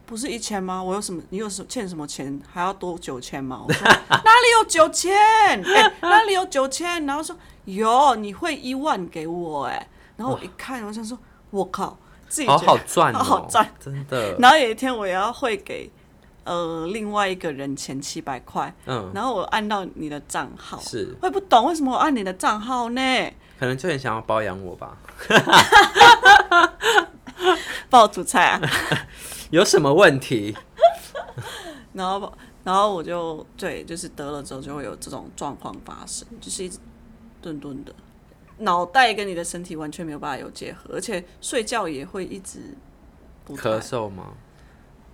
Speaker 2: 不是一千吗？我有什么？你有什么欠什么钱？还要多九千吗？我说哪里有九千？ [LAUGHS] 哎，哪里有九千？然后说有，你汇一万给我哎、然后我一看，我想说，我靠，自己
Speaker 1: 好
Speaker 2: 觉得
Speaker 1: 好赚哦、
Speaker 2: [LAUGHS] 好好赚。
Speaker 1: 真的。
Speaker 2: 然后有一天我也要汇给呃另外一个人钱七百块，
Speaker 1: 嗯，
Speaker 2: 然后我按到你的账号，
Speaker 1: 是
Speaker 2: 我也不懂为什么我按你的账号呢？
Speaker 1: 可能就很想要包养我吧。
Speaker 2: 爆主菜啊！ [LAUGHS]
Speaker 1: 有什么问题？
Speaker 2: 然后然后我就对，就是得了之后就会有这种状况发生，就是一直顿顿的，脑袋跟你的身体完全没有办法有结合，而且睡觉也会一直不太
Speaker 1: 咳嗽吗？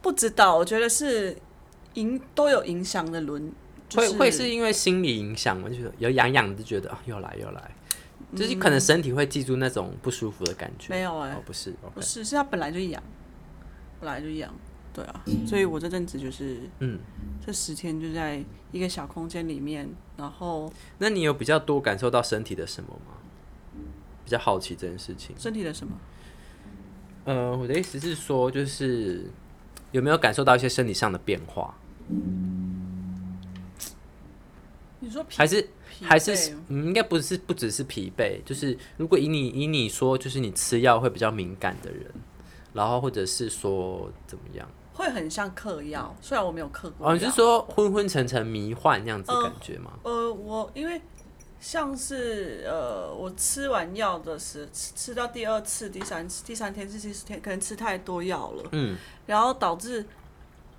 Speaker 2: 不知道，我觉得是影都有影响的轮，就
Speaker 1: 会会是因为心理影响吗？就是有痒痒的，就觉得啊、又来又来，就是可能身体会记住那种不舒服的感觉。
Speaker 2: 没有哎
Speaker 1: 哦，不是
Speaker 2: 不
Speaker 1: ，OK，
Speaker 2: 是是他本来就痒，本来就痒，对啊，所以我这阵子就是
Speaker 1: 嗯，
Speaker 2: 这十天就在一个小空间里面，然后
Speaker 1: 那你有比较多感受到身体的什么吗？比较好奇这件事情。
Speaker 2: 身体的什么？
Speaker 1: 呃，我的意思是说，就是有没有感受到一些身体上的变化，
Speaker 2: 你说疲
Speaker 1: 还是
Speaker 2: 疲
Speaker 1: 还是
Speaker 2: 惫
Speaker 1: 嗯，应该不是不只是疲惫，就是如果以你以你说，就是你吃药会比较敏感的人，然后或者是说怎么样？
Speaker 2: 会很像嗑药，虽然我没有嗑过药。
Speaker 1: 哦，你是说昏昏沉沉、迷幻那样子的
Speaker 2: 嗯
Speaker 1: 感觉吗？
Speaker 2: 呃，我因为像是呃，我吃完药的时吃吃到第二次、第三次、第三天、第四天，可能吃太多药了，
Speaker 1: 嗯，
Speaker 2: 然后导致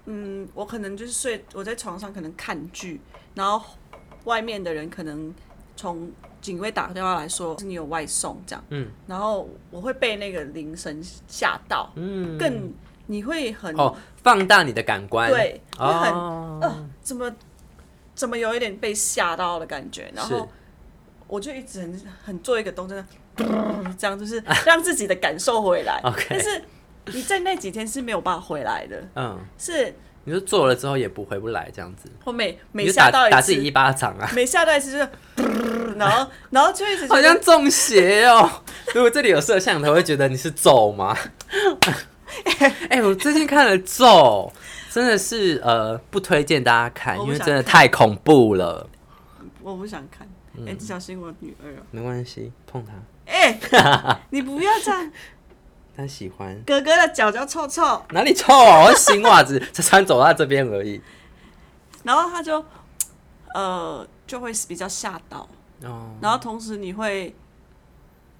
Speaker 2: 嗯，我可能就是睡我在床上可能看剧，然后外面的人可能从警卫打电话来说你有外送这样，
Speaker 1: 嗯，
Speaker 2: 然后我会被那个铃声吓到，
Speaker 1: 嗯，
Speaker 2: 更你会很、
Speaker 1: 哦，放大你的感官，
Speaker 2: 对，会很
Speaker 1: 哦，
Speaker 2: 怎么怎么有一点被吓到的感觉，然
Speaker 1: 是。
Speaker 2: 后我就一直很很做一个动作，这样就是让自己的感受回来
Speaker 1: OK
Speaker 2: 但是你在那几天是没有办法回来的，
Speaker 1: 嗯，
Speaker 2: 是
Speaker 1: 你说做了之后也不回不来这样子，
Speaker 2: 我每每
Speaker 1: 你就
Speaker 2: 吓
Speaker 1: 打
Speaker 2: 到
Speaker 1: 打
Speaker 2: 一
Speaker 1: 自己一
Speaker 2: 次，
Speaker 1: 巴掌啊，
Speaker 2: 每吓到一次就是， [LAUGHS] 然后然 [LAUGHS] 后就一直觉
Speaker 1: 好
Speaker 2: 得
Speaker 1: 像中邪哦。如果这里有摄像头，会觉得你是咒
Speaker 2: [LAUGHS]
Speaker 1: 吗？哎、我最近看了咒，真的是呃不推荐大家看，
Speaker 2: 哦我
Speaker 1: 因
Speaker 2: 不
Speaker 1: 为
Speaker 2: 想
Speaker 1: 真的太恐怖了。
Speaker 2: 我不想看。
Speaker 1: 嗯
Speaker 2: 哎、至小心我女儿哦、
Speaker 1: 没关系，碰它，
Speaker 2: 哎、你不要这样，
Speaker 1: 它喜欢。
Speaker 2: 哥哥的脚脚臭臭。
Speaker 1: 哪里臭啊？我新袜子 [LAUGHS] 才穿走到这边而已。
Speaker 2: 然后他就呃就会比较吓到，
Speaker 1: 哦，
Speaker 2: 然后同时你会，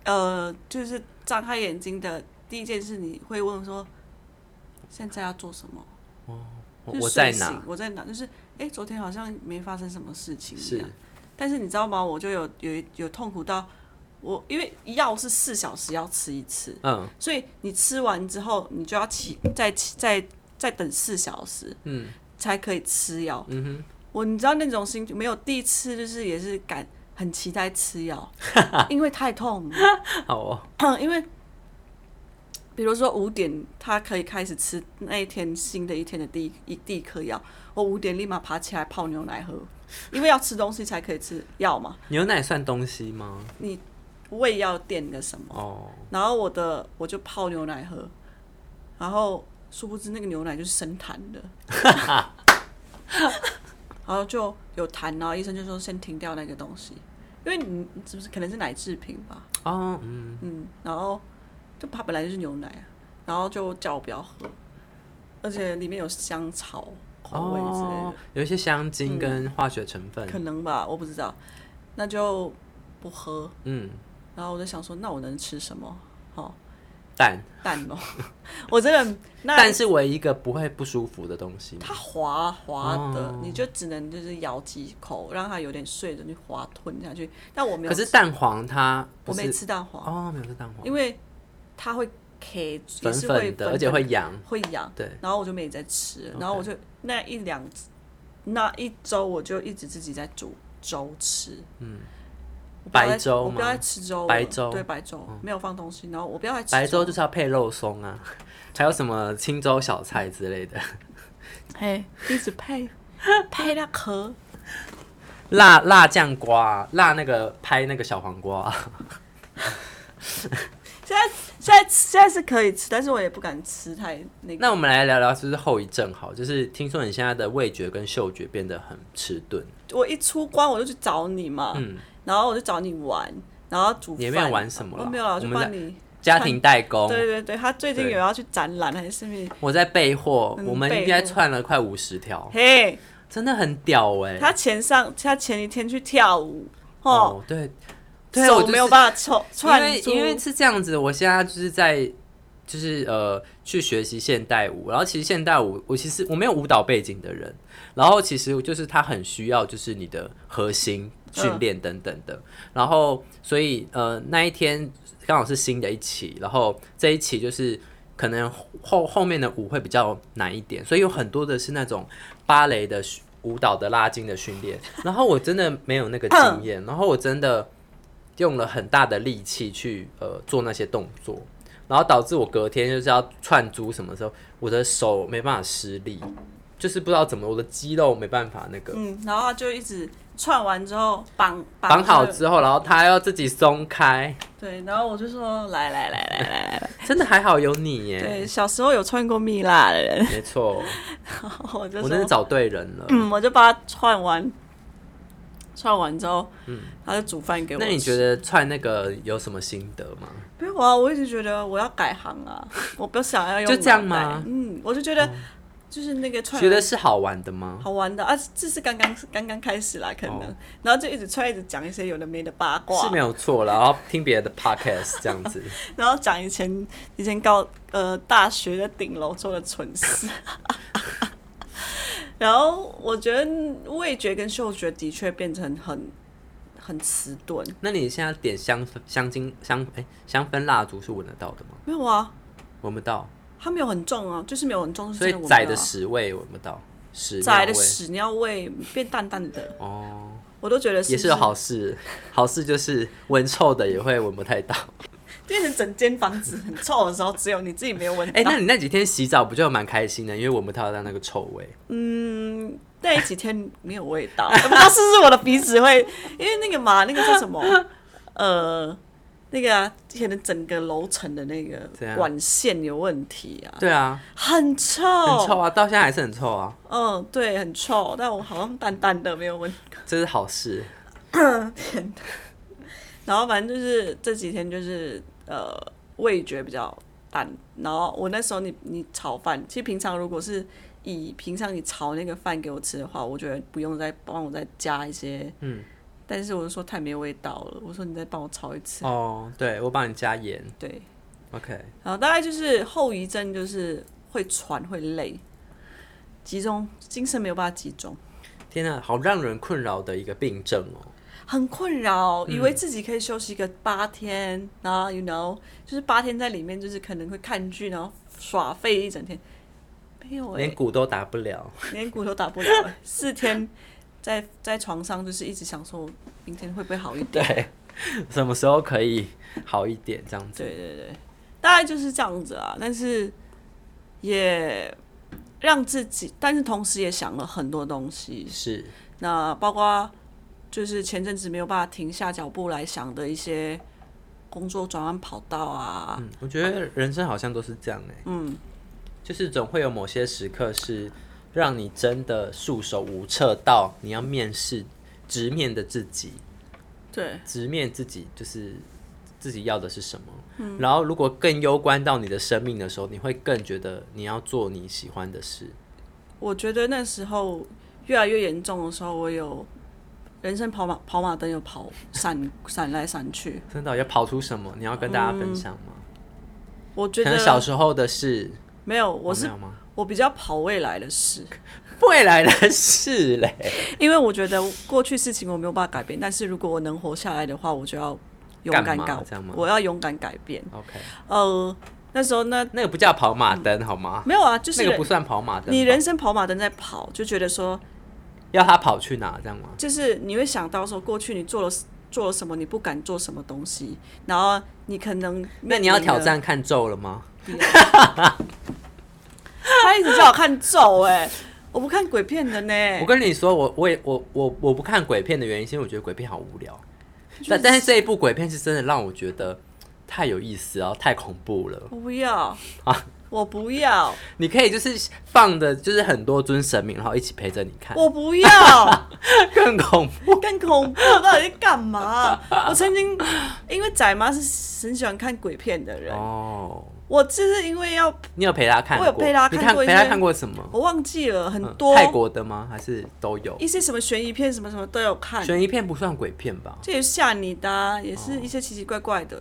Speaker 2: 呃，就是张开眼睛的第一件事，你会问说，现在要做什么？
Speaker 1: 我
Speaker 2: 就是
Speaker 1: 我在
Speaker 2: 睡醒
Speaker 1: 哪？
Speaker 2: 我在哪？就是哎、诶昨天好像没发生什么事情一
Speaker 1: 是
Speaker 2: 样。但是你知道吗？我就有有一有痛苦到我，因为药是四小时要吃一次，
Speaker 1: 嗯
Speaker 2: 所以你吃完之后，你就要起再起再再等四小时
Speaker 1: 嗯
Speaker 2: 才可以吃药。
Speaker 1: 嗯哼。
Speaker 2: 我你知道那种心情没有第一次，就是也是感很期待吃药，因为太痛 [COUGHS] 了。
Speaker 1: 好哦，
Speaker 2: 因为比如说五点，他可以开始吃那一天新的一天的第一一第一颗药，我五点立马爬起来泡牛奶喝，因为要吃东西才可以吃药嘛，
Speaker 1: 牛奶算东西吗？
Speaker 2: 你胃要垫个什么，
Speaker 1: 哦，
Speaker 2: 然后我的我就泡牛奶喝，然后殊不知那个牛奶就是生痰的，然后就有痰，然后医生就说先停掉那个东西，因为你是不是可能是奶制品吧？
Speaker 1: 哦，嗯，
Speaker 2: 嗯，然后就它本来就是牛奶啊，然后就叫我不要喝，而且里面有香草口味之类的，
Speaker 1: 哦，有一些香精跟化学成分，
Speaker 2: 可能吧，我不知道，那就不喝。
Speaker 1: 嗯，
Speaker 2: 然后我就想说，那我能吃什么？好
Speaker 1: 蛋，
Speaker 2: 蛋哦， [LAUGHS] 我真的那
Speaker 1: 蛋是唯一一个不会不舒服的东西嘛。
Speaker 2: 它滑滑的，
Speaker 1: 哦
Speaker 2: 你就只能就是咬几口，让它有点碎的，你滑吞下去。但我没有
Speaker 1: 可
Speaker 2: 吃，
Speaker 1: 是蛋黄它不
Speaker 2: 我没
Speaker 1: 是
Speaker 2: 吃蛋黄，
Speaker 1: 哦，没有是蛋黄，
Speaker 2: 因为它会 K，也
Speaker 1: 粉
Speaker 2: 是会
Speaker 1: 粉的，而且会痒。
Speaker 2: 会痒，
Speaker 1: 对，
Speaker 2: 然后我就没再吃了
Speaker 1: OK
Speaker 2: 然后我就那一两那一周我就一直自己在煮粥吃，嗯，
Speaker 1: 白粥
Speaker 2: 我不要
Speaker 1: 吗
Speaker 2: 再吃粥了，
Speaker 1: 白粥哦
Speaker 2: 对白粥、没有放东西，然后我不要再吃
Speaker 1: 白粥就是要配肉松
Speaker 2: [LAUGHS]
Speaker 1: 啊，还有什么青州小菜之类的，
Speaker 2: 嘿，一直
Speaker 1: [LAUGHS]
Speaker 2: 配配那壳，
Speaker 1: 辣辣酱瓜啊，辣那个拍那个小黄瓜
Speaker 2: [LAUGHS]
Speaker 1: 啊，
Speaker 2: 现在现在现在是可以吃，但是我也不敢吃太那个，
Speaker 1: 那我们来聊聊就是后遗症好，就是听说你现在的味觉跟嗅觉变得很迟钝，
Speaker 2: 我一出关我就去找你嘛，然后我就找你玩。然后煮饭，
Speaker 1: 嗯你也没有玩什么啦
Speaker 2: 我没有啦，我就
Speaker 1: 我们在
Speaker 2: 帮你。
Speaker 1: 家庭代工，
Speaker 2: 对对对，他最近
Speaker 1: 对
Speaker 2: 有要去展览还是什么？
Speaker 1: 我在备货，
Speaker 2: 嗯
Speaker 1: 我们应
Speaker 2: 备
Speaker 1: 该
Speaker 2: 货
Speaker 1: 串了快五十条，
Speaker 2: 嘿，
Speaker 1: 真的很屌哎、
Speaker 2: 他前上他前一天去跳舞，哦，
Speaker 1: 哦，对，对，我
Speaker 2: 手
Speaker 1: 就是
Speaker 2: 没有办法抽
Speaker 1: 因
Speaker 2: 串
Speaker 1: 为
Speaker 2: 珠，
Speaker 1: 因为是这样子，我现在就是在就是呃去学习现代舞，然后其实现代舞我其实我没有舞蹈背景的人，然后其实就是它很需要就是你的核心训练等等的，然后所以呃那一天刚好是新的一期，然后这一期就是。可能后后面的舞会比较难一点，所以有很多的是那种芭蕾的训舞蹈的拉筋的训练，然后我真的没有那个经验，然后我真的用了很大的力气去呃做那些动作，然后导致我隔天就是要串珠什么时候，我的手没办法施力，就是不知道怎么我的肌肉没办法那个
Speaker 2: 嗯，然后他就一直串完之后绑
Speaker 1: 绑好
Speaker 2: 着
Speaker 1: 之后，然后它要自己松开，
Speaker 2: 对，然后我就说来来来来来来来，
Speaker 1: 真的还好有你耶，
Speaker 2: 对，小时候有串过蜜蜡的人，
Speaker 1: 没错，
Speaker 2: 然后我就
Speaker 1: 我真是
Speaker 2: 说，
Speaker 1: 找对人了。
Speaker 2: 嗯，我就把它串完，串完之后，嗯，他就煮饭给我
Speaker 1: 那
Speaker 2: 吃。
Speaker 1: 你觉得串那个有什么心得吗？
Speaker 2: 没有啊，我一直觉得我要改行
Speaker 1: [LAUGHS]
Speaker 2: 啊，我不想要用
Speaker 1: 就这样
Speaker 2: 脑袋
Speaker 1: 吗哦
Speaker 2: 嗯，我就觉得就是那个串
Speaker 1: 觉得是好玩的吗？
Speaker 2: 好玩的啊，这是刚刚刚刚开始啦，可能，
Speaker 1: 哦
Speaker 2: 然后就一直串，一直讲一些有的没的八
Speaker 1: 是
Speaker 2: 卦
Speaker 1: 没，有错啦，然后听别人的 podcast 这样
Speaker 2: [LAUGHS]
Speaker 1: 子，
Speaker 2: 然后讲以前以前高呃大学的顶楼做的蠢
Speaker 1: [LAUGHS]
Speaker 2: 事。然后我觉得味觉跟嗅觉的确变成很很迟钝，
Speaker 1: 那你现在点香氛香精香哎、香氛蜡烛是闻得到的吗？
Speaker 2: 没有啊，
Speaker 1: 闻不到，
Speaker 2: 它没有很重啊，就是没有很重，
Speaker 1: 所以
Speaker 2: 是真
Speaker 1: 窄
Speaker 2: 闻不
Speaker 1: 的
Speaker 2: 到啊
Speaker 1: 屎味闻不到，屎尿
Speaker 2: 窄的
Speaker 1: 味
Speaker 2: 屎尿味变淡淡的，
Speaker 1: 哦，
Speaker 2: 我都觉得是
Speaker 1: 也是有好事，好事就是闻臭的也会闻不太
Speaker 2: [LAUGHS]
Speaker 1: 到。
Speaker 2: 变成整间房子很臭的时候，只有你自己没有闻到。
Speaker 1: 哎、那你那几天洗澡不就蛮开心的，因为闻不到它那个臭味。
Speaker 2: 那几天没有味道， [LAUGHS] 我不知道是不是我的鼻子会，因为那个嘛，那个叫什
Speaker 1: [LAUGHS]
Speaker 2: 么？呃，那个啊，可能整个楼层的那个
Speaker 1: 怎样
Speaker 2: 管线有问题啊，
Speaker 1: 对啊，
Speaker 2: 很臭，
Speaker 1: 很臭啊，到现在还是很臭啊，
Speaker 2: 嗯，对，很臭，但我好像淡淡的没有闻。
Speaker 1: 这是好事。
Speaker 2: 然后反正就是这几天就是呃味觉比较淡，然后我那时候你你炒饭，其实平常如果是以平常你炒那个饭给我吃的话，我觉得不用再帮我再加一些，嗯，但是我就说太没味道了，我说你再帮我炒一次，
Speaker 1: 哦，对，我帮你加盐。
Speaker 2: 对，
Speaker 1: OK，
Speaker 2: 然后大概就是后遗症就是会喘会累，集中精神没有办法集中，
Speaker 1: 天哪、好让人困扰的一个病症哦。
Speaker 2: 很困扰，以为自己可以休息个八天，然后 you know，就是八天在里面就是可能会看剧，然后耍废一整天，没有哎、
Speaker 1: 连鼓都打不了，
Speaker 2: [LAUGHS] 连骨头打不了、欸，四天在在床上就是一直想说明天会不会好一点，
Speaker 1: 对，什么时候可以好一点这样子？
Speaker 2: 对对对，大概就是这样子啊，但是也让自己，但是同时也想了很多东西，
Speaker 1: 是，
Speaker 2: 那包括就是前阵子没有办法停下脚步来想的一些工作转换跑道啊，
Speaker 1: 嗯，我觉得人生好像都是这样哎、嗯，就是总会有某些时刻是让你真的束手无策到你要面试直面的自己，
Speaker 2: 对，
Speaker 1: 直面自己就是自己要的是什么。
Speaker 2: 嗯
Speaker 1: 然后如果更攸关到你的生命的时候，你会更觉得你要做你喜欢的事。
Speaker 2: 我觉得那时候越来越严重的时候，我有人生跑马跑马灯有跑闪闪来闪去，
Speaker 1: 真的要跑出什么？你要跟大家分享吗？
Speaker 2: 我嗯觉
Speaker 1: 可能小
Speaker 2: 得
Speaker 1: 时候的事，
Speaker 2: 没有，
Speaker 1: 哦
Speaker 2: 我
Speaker 1: 没
Speaker 2: 是
Speaker 1: 有吗？
Speaker 2: 我比较跑未来的事，
Speaker 1: 未来的事嘞。
Speaker 2: 因为我觉得过去事情我没有办法改变，但是如果我能活下来的话，我就要勇敢
Speaker 1: 干嘛
Speaker 2: 改
Speaker 1: 这样吗，
Speaker 2: 我要勇敢改变。
Speaker 1: OK，
Speaker 2: 呃，那时候呢，
Speaker 1: [LAUGHS] 那个不叫跑马灯好吗？
Speaker 2: 没有啊，就是
Speaker 1: 那个不算跑马灯吧，
Speaker 2: 你人生跑马灯在跑，就觉得说，
Speaker 1: 要他跑去哪这样吗？
Speaker 2: 就是你会想到说，过去你做了做了什么，你不敢做什么东西，然后你可能
Speaker 1: 那你要
Speaker 2: 面临了
Speaker 1: 挑，战看咒了吗？
Speaker 2: 他一直叫我看咒哎、我不看鬼片的呢，
Speaker 1: 我跟你说，我我也我我我不看鬼片的原因，是因为我觉得鬼片好无聊。但但是这一部鬼片是真的让我觉得太有意思，然后太恐怖了。
Speaker 2: 我不要
Speaker 1: 啊
Speaker 2: 我不要，
Speaker 1: 你可以就是放的，就是很多尊神明，然后一起陪着你看，
Speaker 2: 我不要，
Speaker 1: 更恐怖。
Speaker 2: 更恐怖，到底在干嘛？我曾经因为仔妈是很喜欢看鬼片的人，
Speaker 1: 哦，
Speaker 2: 我就是因为要
Speaker 1: 你有陪他看过？
Speaker 2: 我有陪他看
Speaker 1: 你看
Speaker 2: 过一些
Speaker 1: 陪他看过什么？
Speaker 2: 我忘记了很
Speaker 1: 嗯
Speaker 2: 多、
Speaker 1: 泰国的吗？还是都有？
Speaker 2: 一些什么悬疑片什么什么都有看，
Speaker 1: 悬疑片不算鬼片吧？
Speaker 2: 这也是吓你的啊、也是一些奇奇怪怪的。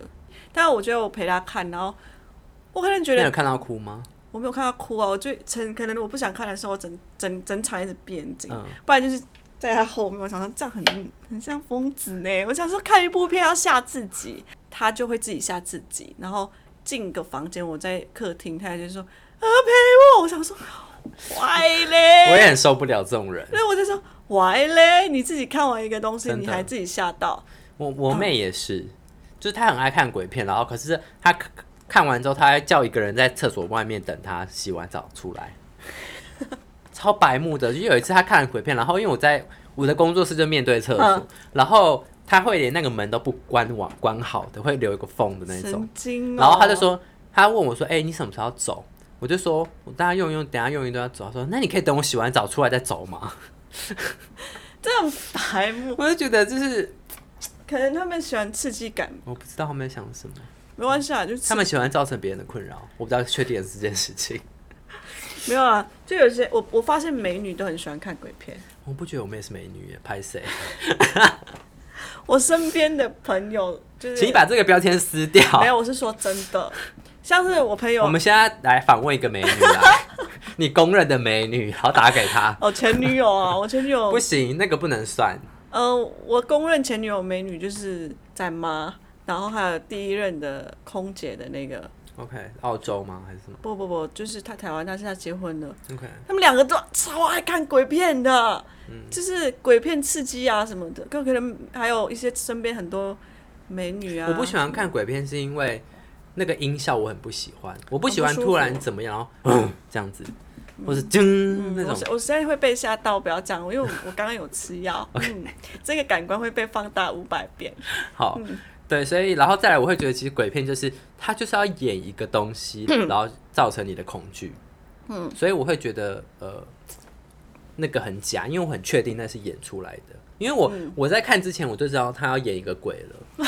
Speaker 2: 但我觉得我陪他看，然后我可能觉
Speaker 1: 那有
Speaker 2: 得
Speaker 1: 看到哭吗？
Speaker 2: 我没有看他哭啊，我就成可能我不想看的时候，我整整整场一直闭眼睛，
Speaker 1: 嗯
Speaker 2: 不然就是在他后面，我想说这样很很像疯子呢。我想说看一部片要吓自己，他就会自己吓自己，然后进个房间，我在客厅，他就说啊陪我，我想说 [LAUGHS] 坏嘞，
Speaker 1: 我也很受不了这种人。
Speaker 2: 所以我就说，喂嘞，你自己看完一个东西，
Speaker 1: 真的
Speaker 2: 你还自己吓到，
Speaker 1: 我
Speaker 2: 嗯
Speaker 1: 我妹也是，就是她很爱看鬼片，然后可是她看看完之后，她还叫一个人在厕所外面等她洗完澡出
Speaker 2: [LAUGHS]
Speaker 1: 来，超白目的。就有一次她看了鬼片，然后因为我在我的工作室就面对厕所，
Speaker 2: 嗯
Speaker 1: 然后她会连那个门都不关网关好的，会留一个缝的那种
Speaker 2: 神。经、哦。
Speaker 1: 然后她就，说，她问我说：“哎、你什么时候要走？”我就说：“我大家用一用，等一下用一顿要走。”她说：“那你可以等我洗完澡出来再走吗
Speaker 2: 这种白目，？”
Speaker 1: 我就觉得就是
Speaker 2: 可能他们喜欢刺激感，
Speaker 1: 我不知道他们在想什么。
Speaker 2: 没关系啊，就刺
Speaker 1: 他们喜欢造成别人的困扰，我比较确定的是这件事情。 [LAUGHS]
Speaker 2: 没有啊，就有些我我发现美女都很喜欢看鬼片，
Speaker 1: 我不觉得我们也是美女耶，拍谁？
Speaker 2: 我身边的朋友就是，
Speaker 1: 请你把这个标签撕掉。
Speaker 2: 没有，我是说真的，像是我朋友
Speaker 1: 我，们现在来访问一个美女
Speaker 2: [LAUGHS]
Speaker 1: 来，你公认的美女，然后打给她。
Speaker 2: 哦前女
Speaker 1: [LAUGHS]
Speaker 2: 友啊，我前女友
Speaker 1: 不，行，那个不能算。
Speaker 2: 呃，我公认前女友美女就是在妈，然后还有第一任的空姐的那个，
Speaker 1: OK，澳洲吗？还是什么
Speaker 2: 不不不，就是她台湾，她现在结婚了。
Speaker 1: ？OK，
Speaker 2: 他们两个都超爱看鬼片的，
Speaker 1: 嗯
Speaker 2: 就是鬼片刺激啊什么的，更可能还有一些身边很多美女啊。
Speaker 1: 我不喜欢看鬼片，是因为那个音效我很不喜欢。我不喜欢
Speaker 2: 很啊不舒服
Speaker 1: 突然怎么样，然后嗯这样子，或是噔
Speaker 2: 嗯
Speaker 1: 那
Speaker 2: 我
Speaker 1: 种
Speaker 2: 实。我实在会被吓到，不要这样，因为我我刚刚有吃
Speaker 1: [LAUGHS]
Speaker 2: 药，嗯，这个感官会被放大五百遍。
Speaker 1: [LAUGHS] 好，对，所以然后再来，我会觉得其实鬼片就是它就是要演一个东西，然后造成你的恐惧。嗯，所以我会觉得呃，那个很假，因为我很确定那是演出来的。因为我、我在看之前我就知道他要演一个鬼了，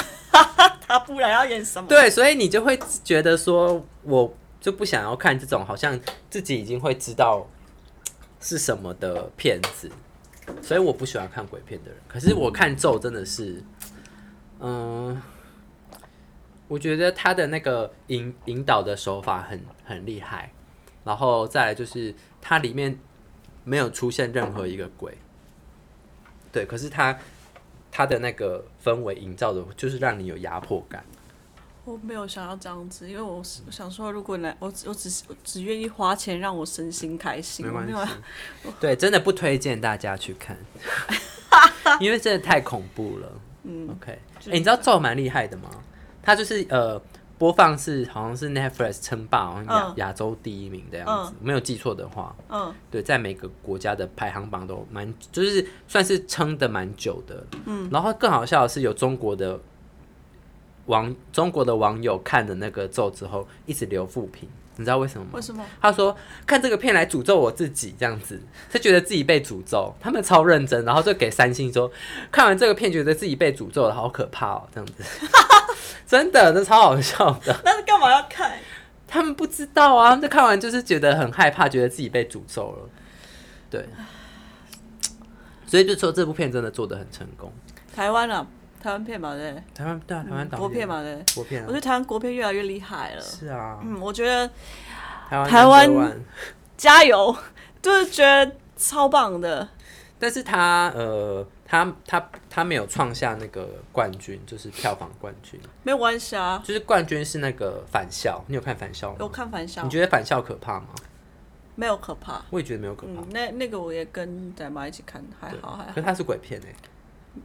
Speaker 2: 他不然要演什么？
Speaker 1: 对，所以你就会觉得说，我就不想要看这种好像自己已经会知道是什么的片子，所以我不喜欢看鬼片的人。可是我看咒真的是，嗯、我觉得他的那个引引导的手法很很厉害，然后再来就是它里面没有出现任何一个鬼，对，可是他他的那个氛围营造的，就是让你有压迫感。
Speaker 2: 我没有想要这样子，因为我是我想说，如果来，我只我只是我只愿意花钱让我身心开心，
Speaker 1: 没关
Speaker 2: 有啊
Speaker 1: 系，对，真的不推荐大家去 [LAUGHS] 看，因为真的太恐怖了。嗯，OK，哎、你知道咒蛮厉害的吗？它就是呃，播放是好像是 Netflix 称霸，好像亚
Speaker 2: 嗯
Speaker 1: 亚、洲第一名的样子，没有记错的话，
Speaker 2: 嗯，
Speaker 1: 对，在每个国家的排行榜都蛮，就是算是撑的蛮久的。嗯，然后更好笑的是，有中国的网中国的网友看了那个咒之后，一直留负评，你知道为什么吗？
Speaker 2: 为什么？
Speaker 1: 他说看这个片来诅咒我自己，这样子，他觉得自己被诅咒，他们超认真，然后就给三星说，看完这个片觉得自己被诅咒了，好可怕哦，这样子， [LAUGHS] 真的，这超好笑的。
Speaker 2: [LAUGHS] 那干嘛要看？
Speaker 1: 他们不知道啊，他们就看完就是觉得很害怕，觉得自己被诅咒了，对，所以就说这部片真的做的很成功。
Speaker 2: 台湾啊，台湾片嘛，对不对，
Speaker 1: 台湾对啊，台湾导演
Speaker 2: 嗯国片，嘛，对不对。
Speaker 1: 国片啊
Speaker 2: 我觉得台湾国片越来越厉害了。
Speaker 1: 是啊，
Speaker 2: 嗯，我觉得
Speaker 1: 台湾
Speaker 2: 台湾
Speaker 1: number one
Speaker 2: 加油，就是觉得超棒的。
Speaker 1: 但是他呃，他他他没有创下那个冠军，就是票房冠军，
Speaker 2: 没有关系啊。
Speaker 1: 就是冠军是那个返校，你有看返校吗？
Speaker 2: 有看反校
Speaker 1: 你，觉得返校可怕吗？
Speaker 2: 没有可怕。
Speaker 1: 我也觉得没有可怕，
Speaker 2: 嗯，那那个我也跟仔妈一起看，还
Speaker 1: 对，
Speaker 2: 好还
Speaker 1: 可是
Speaker 2: 好
Speaker 1: 它是鬼片哎、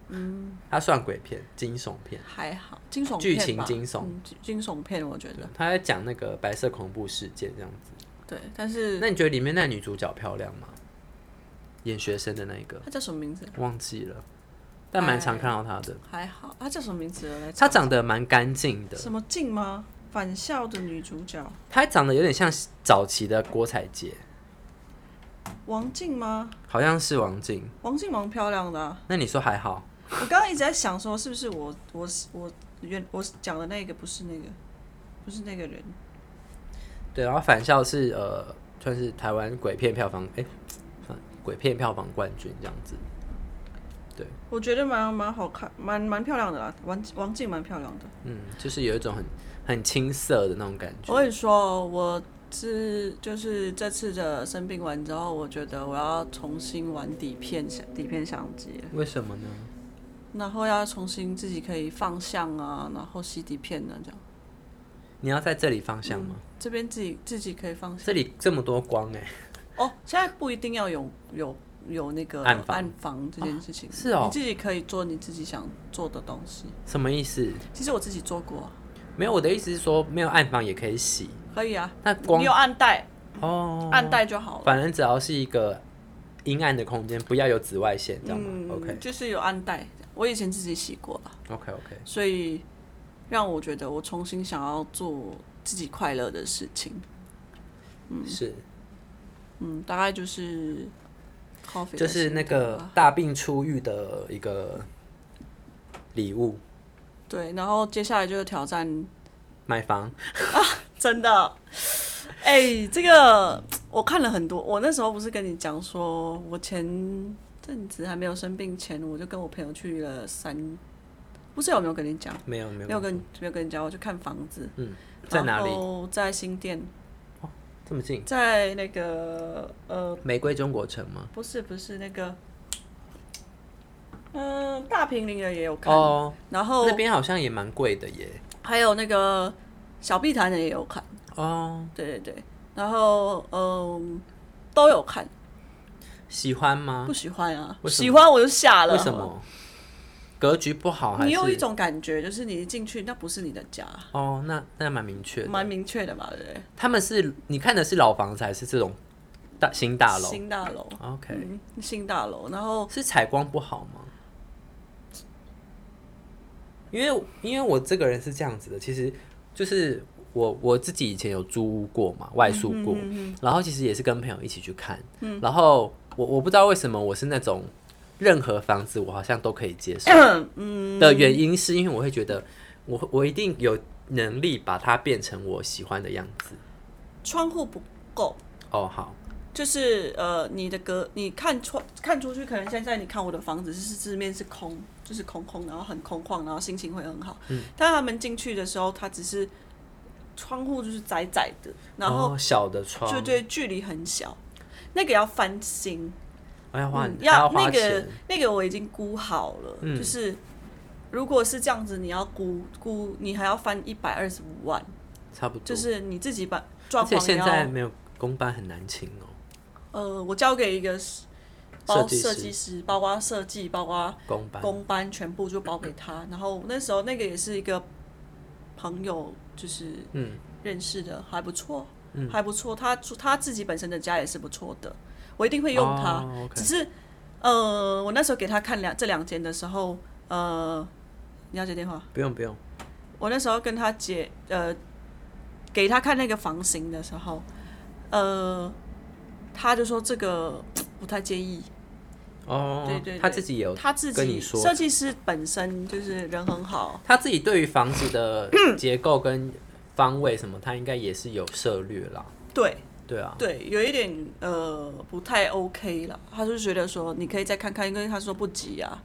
Speaker 1: 嗯，它算鬼片，惊悚片，
Speaker 2: 还好，惊悚
Speaker 1: 剧
Speaker 2: 片
Speaker 1: 情
Speaker 2: 吧
Speaker 1: 惊悚
Speaker 2: 嗯惊惊悚片我觉
Speaker 1: 对
Speaker 2: 得，
Speaker 1: 他在讲那个白色恐怖事件这样子。
Speaker 2: 对，但是
Speaker 1: 那你觉得里面那女主角漂亮吗？演学生的那一个
Speaker 2: 他叫什么名字？
Speaker 1: 忘记了，但蛮
Speaker 2: 哎
Speaker 1: 常看到她的，
Speaker 2: 还好，他叫什么名字来着？
Speaker 1: 她长得蛮干净的，
Speaker 2: 什么静吗？返校的女主角
Speaker 1: 她长得有点像早期的郭采洁，
Speaker 2: 王静吗？
Speaker 1: 好像是王静。
Speaker 2: 王静蛮漂亮的啊、
Speaker 1: 那你说还好？
Speaker 2: 我刚刚一直在想说，是不是我我我原我讲的那个不是那个，不是那个人。
Speaker 1: 对，然后返校是呃，算是台湾鬼片票房哎、算鬼片票房冠军这样子。
Speaker 2: 我觉得蛮蛮好看，蛮蛮漂亮的啦。王王静蛮漂亮的。
Speaker 1: 嗯，就是有一种很很青涩的那种感觉。
Speaker 2: 我跟你说，我是就是这次的生病完之后，我觉得我要重新玩底片底片相机，
Speaker 1: 为什么呢？
Speaker 2: 然后要重新自己可以放相啊，然后洗底片啊这样。
Speaker 1: 你要在这里方向吗？
Speaker 2: 这边自己自己可以放
Speaker 1: 这里这么多光哎、
Speaker 2: 哦，现在不一定要有有有那个
Speaker 1: 暗房
Speaker 2: 房这件事情，
Speaker 1: 是哦
Speaker 2: 你自己可以做你自己想做的东西。
Speaker 1: 什么意思？
Speaker 2: 其实我自己做过，
Speaker 1: 没有，我的意思是说，没有暗房也可以洗。
Speaker 2: 可以啊，
Speaker 1: 那光
Speaker 2: 你有暗带，
Speaker 1: 哦，
Speaker 2: 暗带就好了。
Speaker 1: 反正只要是一个阴暗的空间，不要有紫外线，这样吗、
Speaker 2: 嗯
Speaker 1: o k
Speaker 2: 就是有暗带，我以前自己洗过了，
Speaker 1: OK 哦 OK，
Speaker 2: 所以让我觉得我重新想要做自己快乐的事情。
Speaker 1: 是
Speaker 2: 嗯，大概就是 coffee，
Speaker 1: 就
Speaker 2: 的
Speaker 1: 是
Speaker 2: 心
Speaker 1: 那
Speaker 2: 得
Speaker 1: 个
Speaker 2: 吧
Speaker 1: 大病初愈的一个礼物，
Speaker 2: 对，然后接下来就是挑战
Speaker 1: 买房。
Speaker 2: [LAUGHS] 真的。 [LAUGHS] 哎、这个我看了很多。我那时候不是跟你讲说，我前阵子还没有生病前，我就跟我朋友去了三，不知道有没有跟你讲？
Speaker 1: 没有没有
Speaker 2: 没有跟没有跟你讲，我去看房子。
Speaker 1: 嗯，在哪里？？
Speaker 2: 在新店，
Speaker 1: 这么近？
Speaker 2: 在那个呃，
Speaker 1: 玫瑰中国城吗？
Speaker 2: 不是不是那个，嗯、大平林的也有看，
Speaker 1: 哦，
Speaker 2: 然后
Speaker 1: 那边好像也蛮贵的耶。
Speaker 2: 还有那个小碧潭的也有看。
Speaker 1: 哦，
Speaker 2: 对对对，然后嗯都有看，
Speaker 1: 喜欢吗
Speaker 2: 不？喜欢啊，
Speaker 1: 啊为什么
Speaker 2: 喜欢我就下了。
Speaker 1: 为什？么？格局不好还是？
Speaker 2: 哦你有一种感觉，就是你一进去那不是你的家，
Speaker 1: 哦，那那蛮明确的。
Speaker 2: 蛮明确的嘛，对不对？
Speaker 1: 他们是你看的是老房子还是这种大新大楼
Speaker 2: 新大楼，
Speaker 1: ？OK，、
Speaker 2: 嗯，新大楼，然后
Speaker 1: 是采光不好吗？因为因为我这个人是这样子的，其实就是我我自己以前有租屋过嘛，外宿过，
Speaker 2: 嗯
Speaker 1: 然后其实也是跟朋友一起去看，然后我我不知道为什么我是那种任何房子我好像都可以接
Speaker 2: [COUGHS]
Speaker 1: 受
Speaker 2: 嗯
Speaker 1: 的原因，是因为我会觉得我我一定有能力把它变成我喜欢的样子。
Speaker 2: 窗户不够，
Speaker 1: 哦，好，
Speaker 2: 就是呃，你的隔，你看窗看出去，可能现在你看我的房子是字面是空，就是空空，然后很空旷，然后心情会很好。
Speaker 1: 嗯
Speaker 2: 但他们进去的时候，它只是窗户就是窄窄的，然后
Speaker 1: 哦、小的窗，
Speaker 2: 就对距离很小，那个要翻新，
Speaker 1: 哎呀，花
Speaker 2: 嗯
Speaker 1: 很、还
Speaker 2: 要
Speaker 1: 花
Speaker 2: 那个
Speaker 1: 钱，嗯
Speaker 2: 那个我已经估好了，就是如果是这样子，你要估估，你还要翻一百二十五万，
Speaker 1: 差不多。
Speaker 2: 就是你自己把
Speaker 1: 而
Speaker 2: 装
Speaker 1: 且
Speaker 2: 潢
Speaker 1: 现在
Speaker 2: 要
Speaker 1: 没有公班很难请哦，
Speaker 2: 呃，我交给一个
Speaker 1: 设
Speaker 2: 包
Speaker 1: 计师
Speaker 2: 设计师，包括设计，包括
Speaker 1: 公班
Speaker 2: 工班，全部就包给他。然后那时候那个也是一个朋友，就是
Speaker 1: 嗯
Speaker 2: 认识的，还不错，还不错。他住他自己本身的家也是不错的，我一定会用它。
Speaker 1: 哦，OK
Speaker 2: 只是呃，我那时候给他看两这两间的时候，呃，你要接电话。
Speaker 1: 不用不用，
Speaker 2: 我那时候跟他姐呃，给他看那个房型的时候，呃，他就说这个不太介意。
Speaker 1: 哦，
Speaker 2: 对对对
Speaker 1: 他自己也有，
Speaker 2: 他自
Speaker 1: 跟
Speaker 2: 己
Speaker 1: 你说
Speaker 2: 设计师本身就是人很好，
Speaker 1: 他自己对于房子的结构跟方位什么，他应该也是有涉略啦。
Speaker 2: 对
Speaker 1: 对啊，
Speaker 2: 对，有一点呃不太 OK 了。他就觉得说你可以再看看，因为他说不急啊，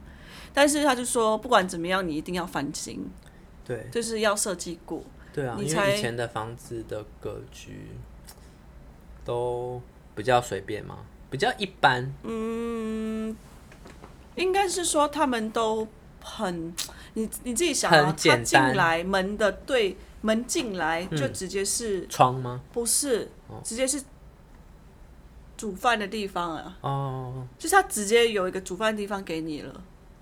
Speaker 2: 但是他就说不管怎么样，你一定要翻新，
Speaker 1: 对
Speaker 2: 就是要设计过。
Speaker 1: 对啊，
Speaker 2: 你
Speaker 1: 因
Speaker 2: 才
Speaker 1: 为以前的房子的格局都比较随便嘛，比较一般。
Speaker 2: 嗯，应该是说他们都很，你你自己想
Speaker 1: 很
Speaker 2: 啊，他
Speaker 1: 简
Speaker 2: 进
Speaker 1: 单嗯
Speaker 2: 来门的对门进来就直接是、
Speaker 1: 窗吗？
Speaker 2: 不是
Speaker 1: 哦
Speaker 2: 直接是煮饭的地方啊，
Speaker 1: 哦，
Speaker 2: 就是他直接有一个煮饭的地方给你了，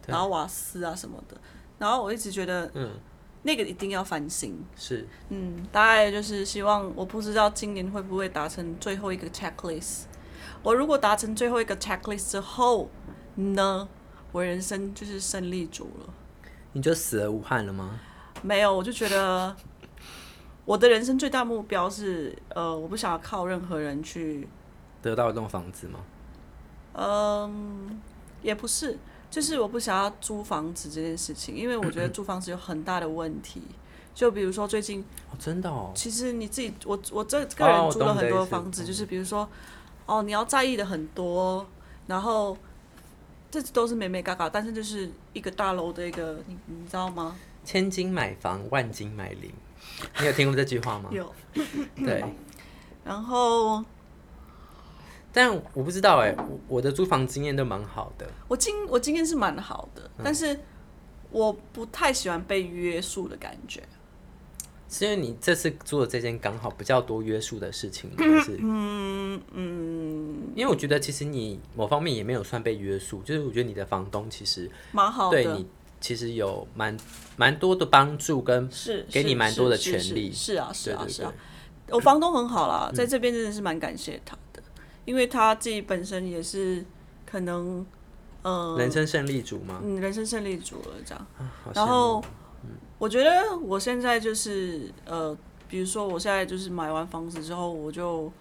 Speaker 1: 对
Speaker 2: 然后瓦斯啊什么的，然后我一直觉得
Speaker 1: 嗯，
Speaker 2: 那个一定要翻新。
Speaker 1: 是
Speaker 2: 嗯，大概就是希望，我不知道今年会不会达成最后一个 checklist。我如果达成最后一个 checklist 之后呢，我人生就是胜利组了。
Speaker 1: 你就死而无憾了吗？
Speaker 2: 没有，我就觉得我的人生最大目标是，呃，我不想要靠任何人去，
Speaker 1: 得到一栋房子吗？
Speaker 2: 嗯，也不是，就是我不想要租房子这件事情，因为我觉得租房子有很大的问题。就比如说最近
Speaker 1: 哦，真的哦，
Speaker 2: 其实你自己，我我这个
Speaker 1: 哦
Speaker 2: 人
Speaker 1: 我
Speaker 2: 租
Speaker 1: 懂
Speaker 2: 了
Speaker 1: 你
Speaker 2: 很
Speaker 1: 的
Speaker 2: 多
Speaker 1: 意思
Speaker 2: 房子，就是比如说，哦，你要在意的很多，然后这都是美美嘎嘎，但是就是一个大楼的一个，你你知道吗？？
Speaker 1: 千金买房，万金买邻。你有听过这句话吗
Speaker 2: 有，嗯
Speaker 1: 对，
Speaker 2: 然后
Speaker 1: 但我不知道哎、我我的租房经验都蛮好的。
Speaker 2: 我经我经验是蛮好的，
Speaker 1: 嗯
Speaker 2: 但是我不太喜欢被约束的感觉。
Speaker 1: 是因为你这次做的这件刚好比较多约束的事情吗？还是嗯嗯，因为我觉得其实你某方面也没有算被约束，就是我觉得你的房东其实
Speaker 2: 嗯蛮好
Speaker 1: 对
Speaker 2: 的，
Speaker 1: 你其实有蛮蛮多的帮助跟
Speaker 2: 是
Speaker 1: 给
Speaker 2: 是
Speaker 1: 你蛮
Speaker 2: 是
Speaker 1: 多的
Speaker 2: 是
Speaker 1: 权
Speaker 2: 是
Speaker 1: 利
Speaker 2: 是啊，是
Speaker 1: 对
Speaker 2: 啊，
Speaker 1: 对
Speaker 2: 是啊
Speaker 1: 对。嗯
Speaker 2: 我房东很好啦，在这边真的是蛮感谢他的，因为他自己本身也是可能，呃，
Speaker 1: 人生胜利组吗？
Speaker 2: 嗯，人生胜利组了这样。
Speaker 1: 啊好
Speaker 2: 然
Speaker 1: 羡慕嗯
Speaker 2: 后我觉得我现在就是呃，比如说我现在就是买完房子之后，我就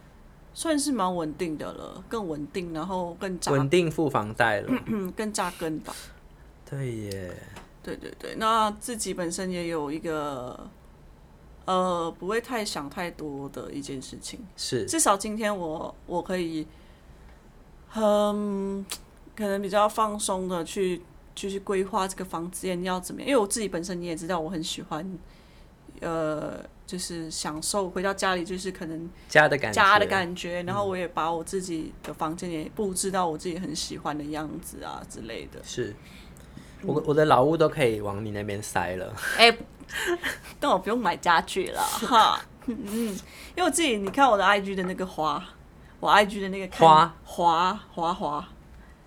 Speaker 2: 算是蛮稳定的了，更稳定，然后
Speaker 1: [CLEARS THROAT]
Speaker 2: 更扎
Speaker 1: 稳定付房贷了，
Speaker 2: 嗯更扎根吧。
Speaker 1: 对耶，
Speaker 2: 对对对，那自己本身也有一个呃不会太想太多的一件事情。
Speaker 1: 是
Speaker 2: 至少今天我我可以，嗯，可能比较放松的去就是规划这个房子要怎么样，因为我自己本身你也知道，我很喜欢，呃，就是享受回到家里就是可能
Speaker 1: 家的感觉，
Speaker 2: 家的感觉，然后我也把我自己的房间也布置到我自己很喜欢的样子啊之类的。
Speaker 1: 是。我
Speaker 2: 嗯
Speaker 1: 我的老屋都可以往你那边塞了，
Speaker 2: 哎、 [LAUGHS] 但我不用买家具了哈，嗯，因为我自己你看我的 IG 的那个花，我 IG 的那个看
Speaker 1: 花
Speaker 2: 花花花。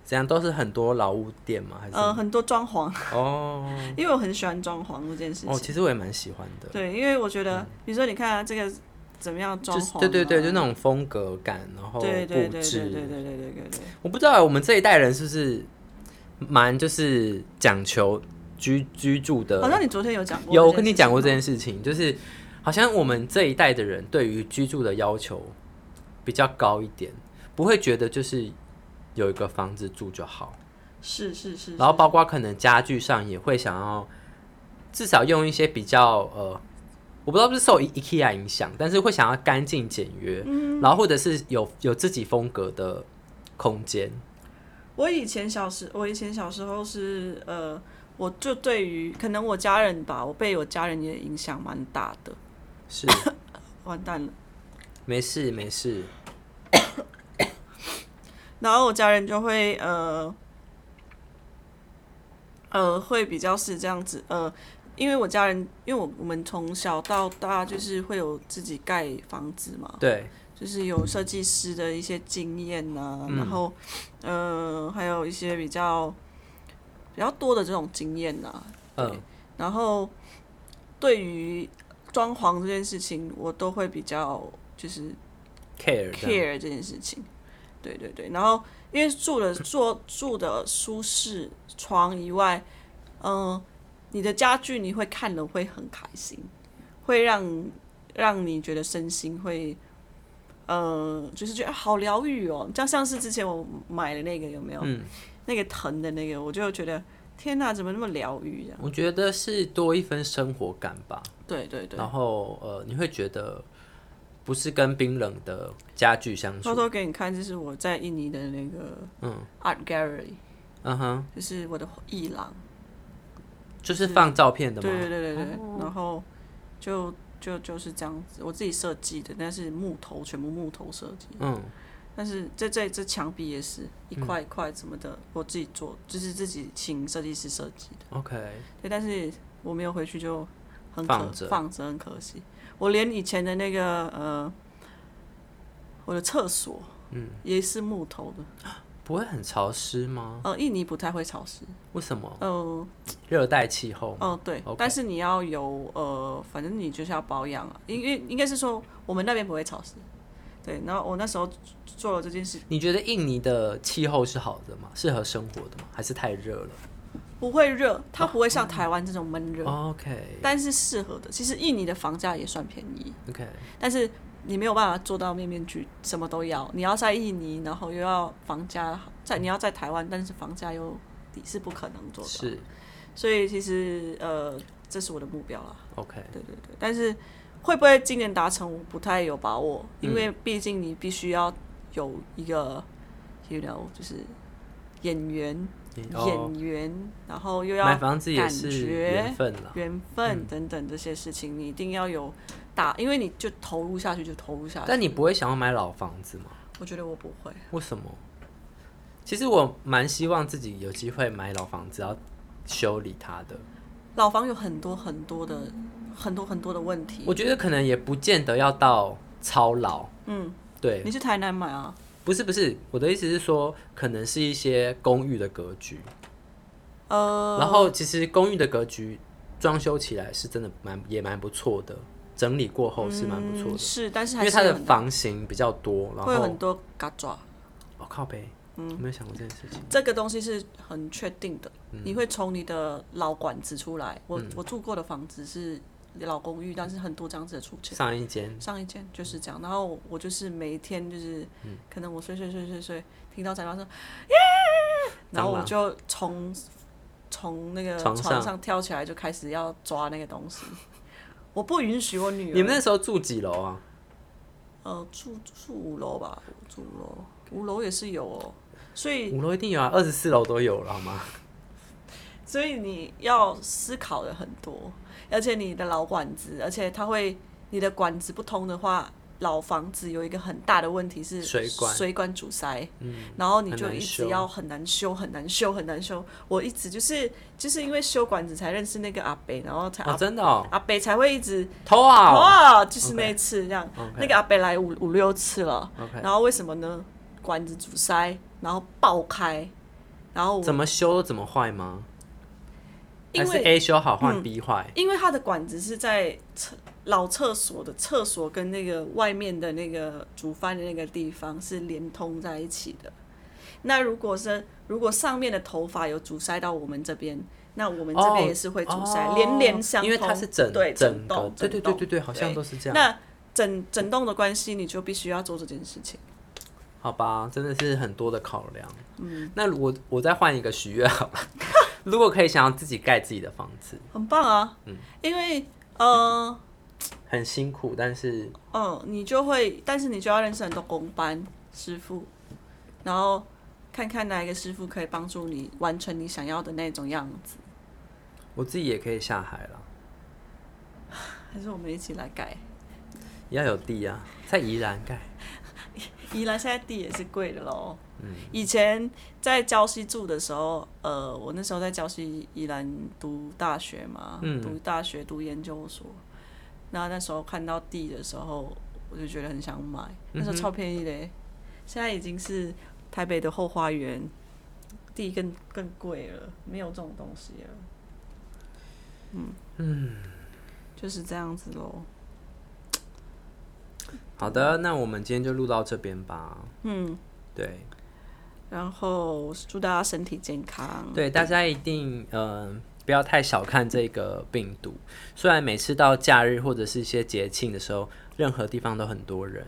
Speaker 1: 怎样都是很多老屋店吗？还是
Speaker 2: 呃，很多装潢，
Speaker 1: 哦
Speaker 2: 因为我很喜欢装潢这件事情。
Speaker 1: 哦，其实我也蛮喜欢的，
Speaker 2: 对，因为我觉得，比如说你看、啊、这个怎么样装
Speaker 1: 就
Speaker 2: 潢、
Speaker 1: 是
Speaker 2: 啊，
Speaker 1: 对对对，就那种风格感，然后布置。
Speaker 2: 对对对对对对对对对对。
Speaker 1: 我不知道我们这一代人是不是蛮就是讲求居居住的。
Speaker 2: 好像你昨天有讲过，
Speaker 1: 有我跟你讲过这
Speaker 2: 件事
Speaker 1: 件事情，就是好像我们这一代的人对于居住的要求比较高一点，不会觉得就是有一个房子住就好。
Speaker 2: 吗，是是是，
Speaker 1: 然后包括可能家具上也会想要，至少用一些比较呃，我不知道是不是受 I- IKEA 影响，但是会想要干净简约，
Speaker 2: 嗯
Speaker 1: 然后或者是有有自己风格的空间，
Speaker 2: 我以前小时，我以前小时候是呃，我就对于可能我家人吧，我被我家人也影响蛮大的，
Speaker 1: 是
Speaker 2: 完蛋了。
Speaker 1: [LAUGHS] 没事没事，
Speaker 2: 然后我家人就会呃呃会比较是这样子呃，因为我家人，因为我我们从小到大就是会有自己盖房子嘛，
Speaker 1: 对，
Speaker 2: 就是有设计师的一些经验呐、然后呃还有一些比较比较多的这种经验呐、
Speaker 1: 嗯，
Speaker 2: 然后对于装潢这件事情，我都会比较就是
Speaker 1: care 这样
Speaker 2: care 这件事情。对对对，然后因为住的住住的舒适床以外，嗯、你的家具你会看了会很开心，会让让你觉得身心会，呃，就是觉得啊好疗愈哦。像像是之前我买的那个有没有？
Speaker 1: 嗯，
Speaker 2: 那个藤的那个，我就觉得天哪，怎么那么疗愈啊这样？
Speaker 1: 我觉得是多一份生活感吧，
Speaker 2: 对对对，
Speaker 1: 然后呃，你会觉得不是跟冰冷的家具相
Speaker 2: 偷
Speaker 1: 处，
Speaker 2: 偷给你看，这是我在印尼的那个
Speaker 1: 嗯
Speaker 2: art gallery，
Speaker 1: 嗯哼，
Speaker 2: 就是我的艺廊。
Speaker 1: 就是放照片的吗？哦
Speaker 2: 对对对对对，然后就就就是这样子，我自己设计的，但是木头全部木头设计，
Speaker 1: 嗯，
Speaker 2: 但是这这这墙壁也是一块一块什么的，我自己做，就是自己请设计师设计的。
Speaker 1: OK，
Speaker 2: 对，但是我没有回去就很可
Speaker 1: 哎放着
Speaker 2: 放着，很可惜。我连以前的那个呃，我的厕所，嗯，也是木头的。
Speaker 1: 不会很潮湿吗？
Speaker 2: 呃，印尼不太会潮湿。
Speaker 1: 为哦什么？
Speaker 2: 呃，
Speaker 1: 热带气候
Speaker 2: 哦，对
Speaker 1: OK
Speaker 2: 但是你要有呃，反正你就是要保养啊，因为应该是说我们那边不会潮湿，对。然后我那时候做了这件事，
Speaker 1: 你觉得印尼的气候是好的吗？适合生活的吗？还是太热了
Speaker 2: 不会热，它不会像台湾这种闷热，
Speaker 1: 哦？OK
Speaker 2: 但是适合的。其实印尼的房价也算便宜，
Speaker 1: OK，
Speaker 2: 但是你没有办法做到面面俱什么都要，你要在印尼，然后又要房价在你要在台湾，但是房价又低是不可能做到。
Speaker 1: 是
Speaker 2: 所以其实呃，这是我的目标啦。
Speaker 1: OK
Speaker 2: 对对对，但是会不会今年达成，我不太有把握，因
Speaker 1: 嗯
Speaker 2: 为毕竟你必须要有一个，you know，就是演员、
Speaker 1: 你。
Speaker 2: 演员，然后又
Speaker 1: 哦买
Speaker 2: 要
Speaker 1: 房子也
Speaker 2: 感
Speaker 1: 是
Speaker 2: 觉
Speaker 1: 缘分啊啦。
Speaker 2: 缘分等等这些事情，你一定要有打，因为你就投入下去就投入下去。
Speaker 1: 但你不会想要买老房子吗？
Speaker 2: 我觉得我不会，
Speaker 1: 为什么？其实我蛮希望自己有机会买老房子，要修理它的。
Speaker 2: 老房有很多很多的很多很多的问题。
Speaker 1: 我觉得可能也不见得要到超老。
Speaker 2: 嗯，
Speaker 1: 对，
Speaker 2: 你去台南买啊？
Speaker 1: 不是不是，我的意思是说，可能是一些公寓的格局。
Speaker 2: 呃，
Speaker 1: 然后其实公寓的格局装修起来是真的蛮也蛮不错的，整理过后是蛮不错
Speaker 2: 嗯
Speaker 1: 的，
Speaker 2: 是，但是
Speaker 1: 因
Speaker 2: 还
Speaker 1: 为
Speaker 2: 是
Speaker 1: 它
Speaker 2: 有
Speaker 1: 的
Speaker 2: 很
Speaker 1: 房型比较多，然
Speaker 2: 会嗯有很
Speaker 1: 后
Speaker 2: 多嘎抓。
Speaker 1: 哦靠北，我没有想过这件事情。嗯
Speaker 2: 这个东西是很确定的，你会从你的老管子出来。我、我住过的房子是老公寓，但是很多这样子的出钱。
Speaker 1: 上一嗯间
Speaker 2: 上一间就是这样，然后我就是每一天就是，
Speaker 1: 嗯
Speaker 2: 可能我睡睡睡睡睡，听
Speaker 1: [LAUGHS]
Speaker 2: 到蟑螂说耶， [LAUGHS] 然后
Speaker 1: 蟑
Speaker 2: 我
Speaker 1: 螂
Speaker 2: 就从从那个
Speaker 1: 床上
Speaker 2: 床上跳起来，就开始要抓那个东
Speaker 1: [LAUGHS]
Speaker 2: 西。我不允许我女儿，
Speaker 1: 你们那时候住几楼啊？
Speaker 2: 呃住住五楼吧，住五楼，五楼也是有哦，所以
Speaker 1: 五楼一定有啊，二十四楼都有了好吗？
Speaker 2: 所以你要思考的很多，而且你的老管子，而且它会你的管子不通的话，老房子有一个很大的问题是
Speaker 1: 水管嗯
Speaker 2: 水管阻塞，然后你就
Speaker 1: 很难
Speaker 2: 一
Speaker 1: 修
Speaker 2: 直要很难修，很难修，很难修。我一直就是就是因为修管子才认识那个阿北，然后才阿、
Speaker 1: 哦，真的哦，
Speaker 2: 阿北才会一直
Speaker 1: 偷啊
Speaker 2: 哇，就是
Speaker 1: OK
Speaker 2: 那一次这样
Speaker 1: OK
Speaker 2: 那个阿北来五五六次了
Speaker 1: ，OK，
Speaker 2: 然后为什么呢？管子阻塞，然后爆开，然后我
Speaker 1: 怎么修都怎么坏吗？
Speaker 2: 因
Speaker 1: 还
Speaker 2: 为嗯
Speaker 1: 是 A 修好换 B 坏？
Speaker 2: 因为它的管子是在厕老厕所的厕所跟那个外面的那个煮饭的那个地方是连通在一起的。那如果是如果上面的头发有阻塞到我们这边，那我们这
Speaker 1: 哦
Speaker 2: 边也是会阻塞，
Speaker 1: 哦
Speaker 2: 连连相通。
Speaker 1: 因为它是整
Speaker 2: 对
Speaker 1: 整个
Speaker 2: 栋，，
Speaker 1: 对对
Speaker 2: 整
Speaker 1: 对
Speaker 2: 栋
Speaker 1: 对对，好像都是这样。
Speaker 2: 那整整栋的关系，你就必须要做这件事情。
Speaker 1: 好吧，真的是很多的考量。嗯，那我我再换一个许愿好了， [LAUGHS] 如果可以，想要自己盖自己的房子，
Speaker 2: 很棒啊，
Speaker 1: 嗯
Speaker 2: 因为呃
Speaker 1: 很辛苦，但是
Speaker 2: 嗯，你就会，但是你就要认识很多工班师傅，然后看看哪一个师傅可以帮助你完成你想要的那种样子。
Speaker 1: 我自己也可以下海了，
Speaker 2: 还是我们一起来改？
Speaker 1: 要有地啊，在宜兰盖。
Speaker 2: 宜兰现在地也是贵的喽。
Speaker 1: 嗯
Speaker 2: 以前在礁溪住的时候，呃，我那时候在礁溪宜兰读大学嘛，
Speaker 1: 嗯
Speaker 2: 读大学读研究所，那那时候看到地的时候，我就觉得很想买，那
Speaker 1: 嗯
Speaker 2: 时候超便宜的欸、现在已经是台北的后花园，地更更贵了，没有这种东西了。嗯嗯，
Speaker 1: 嗯
Speaker 2: 就是这样子喽。
Speaker 1: 好的，那我们今天就录到这边吧。
Speaker 2: 嗯，
Speaker 1: 对
Speaker 2: 然后祝大家身体健康。
Speaker 1: 对，大家一定嗯、呃不要太小看这个病毒，虽然每次到假日或者是一些节庆的时候，任何地方都很多人。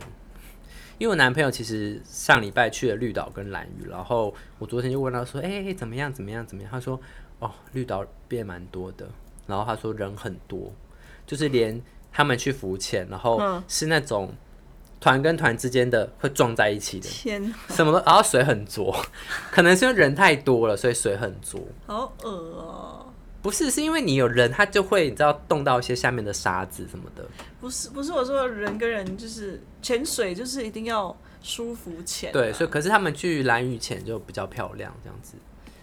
Speaker 1: 因为我男朋友其实上礼拜去了绿岛跟兰屿，然后我昨天就问他说：“哎、怎么样？怎么样？怎么样？”他说：“哦，绿岛变蛮多的。”然后他说人很多，就是连他们去浮潜，然后是那种团跟团之间的会撞在一起的，
Speaker 2: 天，
Speaker 1: 什么都，然后水很浊，可能是因为人太多了，所以水很浊。
Speaker 2: 好恶哦、
Speaker 1: 不是，是因为你有人，他就会你知道动到一些下面的沙子什么的。
Speaker 2: 不是不是，我说人跟人就是潜水，就是一定要舒服钱、啊。
Speaker 1: 对，所以可是他们去蓝屿潜就比较漂亮，这样子。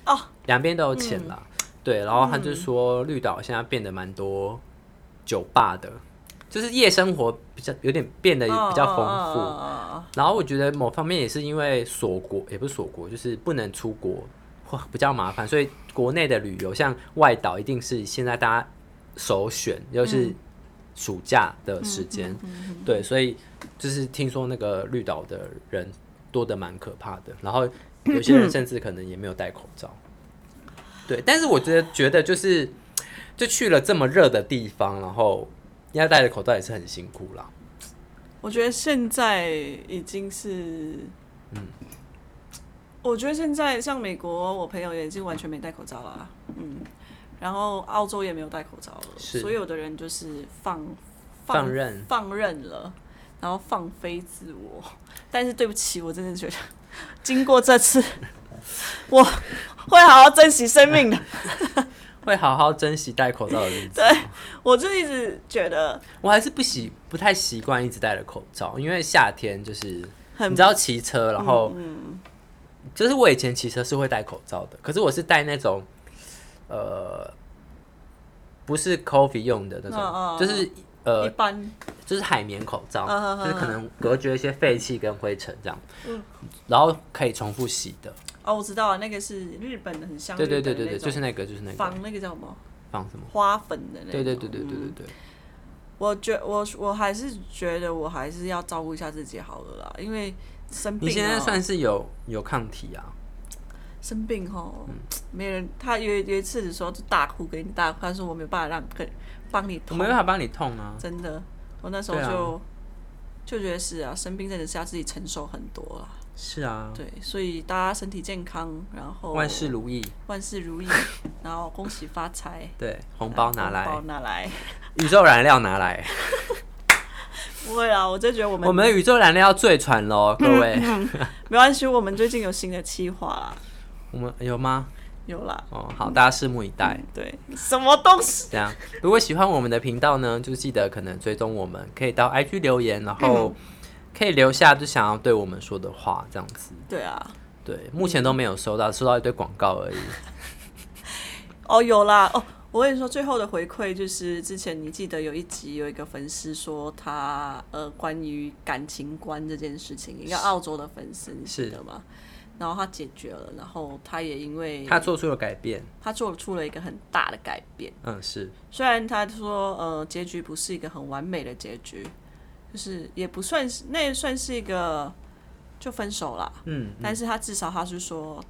Speaker 2: 哦，嗯
Speaker 1: 两边都有潜啦。对，然后他就说绿岛现在变得蛮多酒吧的，就是夜生活比较有点变得比较丰富。
Speaker 2: 哦
Speaker 1: 然后我觉得某方面也是因为锁国，也不是锁国，就是不能出国，哇，比较麻烦，所以国内的旅游像外岛一定是现在大家首选，又是暑假的时间，对，所以就是听说那个绿岛的人多的蛮可怕的，然后有些人甚至可能也没有戴口罩，对，但是我觉得觉得就是就去了这么热的地方，然后要戴着口罩也是很辛苦啦。
Speaker 2: 我觉得现在已经是，
Speaker 1: 嗯，
Speaker 2: 我觉得现在像美国，我朋友也已经完全没戴口罩了啊，嗯，然后澳洲也没有戴口罩了，
Speaker 1: 是
Speaker 2: 所有的人就是放
Speaker 1: 放任
Speaker 2: 放任了，然后放飞自我。但是对不起，我真的觉得经过这次， [LAUGHS] 我会好好珍惜生
Speaker 1: [LAUGHS]
Speaker 2: 命的。
Speaker 1: 会好好珍惜戴口罩的日子。
Speaker 2: 我就一直觉得
Speaker 1: 我还是不习不太习惯一直戴着口罩，因为夏天就是
Speaker 2: 很嗯
Speaker 1: 你知道骑车，然后、就是我以前骑车是会戴口罩的，可是我是戴那种呃不是 coffee 用的那种，
Speaker 2: 嗯嗯嗯
Speaker 1: 就是
Speaker 2: 一
Speaker 1: 呃
Speaker 2: 般，
Speaker 1: 就是海绵口罩，
Speaker 2: 嗯嗯嗯
Speaker 1: 就是可能隔绝一些废气跟灰尘这样，
Speaker 2: 嗯
Speaker 1: 然后可以重复洗的。
Speaker 2: 哦，我知道了，那个是日本的，很像
Speaker 1: 对对对
Speaker 2: 日本
Speaker 1: 对对，
Speaker 2: 的那种
Speaker 1: 就是那个就是那个
Speaker 2: 防那个叫什么
Speaker 1: 放什么？
Speaker 2: 花粉的那种。
Speaker 1: 对对对对对
Speaker 2: 嗯
Speaker 1: 对对，
Speaker 2: 我觉我我还是觉得我还是要照顾一下自己好了啦，因为生病、
Speaker 1: 你
Speaker 2: 哦，
Speaker 1: 现在算是有有抗体啊？
Speaker 2: 生病
Speaker 1: 嗯
Speaker 2: 吼，没人。他有有一次的时候就大哭，给你大哭，他说我没有办法让跟帮你
Speaker 1: 我
Speaker 2: 痛
Speaker 1: 没，办法帮你痛啊。
Speaker 2: 真的。我那时候
Speaker 1: 对啊
Speaker 2: 就、就觉得是啊，生病真的是要自己承受很多啦。
Speaker 1: 是啊，
Speaker 2: 对，所以大家身体健康，然后
Speaker 1: 万事如意，
Speaker 2: 万事如
Speaker 1: [LAUGHS]
Speaker 2: 意，然后恭喜发财，
Speaker 1: 对，红包拿
Speaker 2: 嗯红包
Speaker 1: 来，
Speaker 2: 拿来。
Speaker 1: 宇宙燃料拿来，
Speaker 2: 不会啦，我就觉得我们嗯
Speaker 1: 我们的宇宙燃料最传
Speaker 2: [LAUGHS]
Speaker 1: 喽，各位，
Speaker 2: 没关系，我们最近有新的计划啦，
Speaker 1: 我们有吗？
Speaker 2: 有啦。
Speaker 1: 哦，好，大家拭目以待。
Speaker 2: 对，什么东西？
Speaker 1: 这样，如果喜欢我们的频道呢，就记得可能追踪我们，可以到 IG 留言，然
Speaker 2: 嗯
Speaker 1: 后可以留下就想要对我们说的话，这样子。
Speaker 2: 对啊，
Speaker 1: 对，目前都没有收到，收到一堆广告而已。
Speaker 2: 哦，有啦，哦，我跟你说，最后的回馈就是之前你记得有一集有一个粉丝说他呃关于感情观这件事情，一个澳洲的粉丝，你记
Speaker 1: 是
Speaker 2: 得吗？然后他解决了，然后他也因为
Speaker 1: 他做出了改变，
Speaker 2: 他做出了一个很大的改变，
Speaker 1: 嗯，是
Speaker 2: 虽然他说呃结局不是一个很完美的结局，就是也不算是那也算是一个就分手啦，
Speaker 1: 嗯，
Speaker 2: 但是他至少他是说，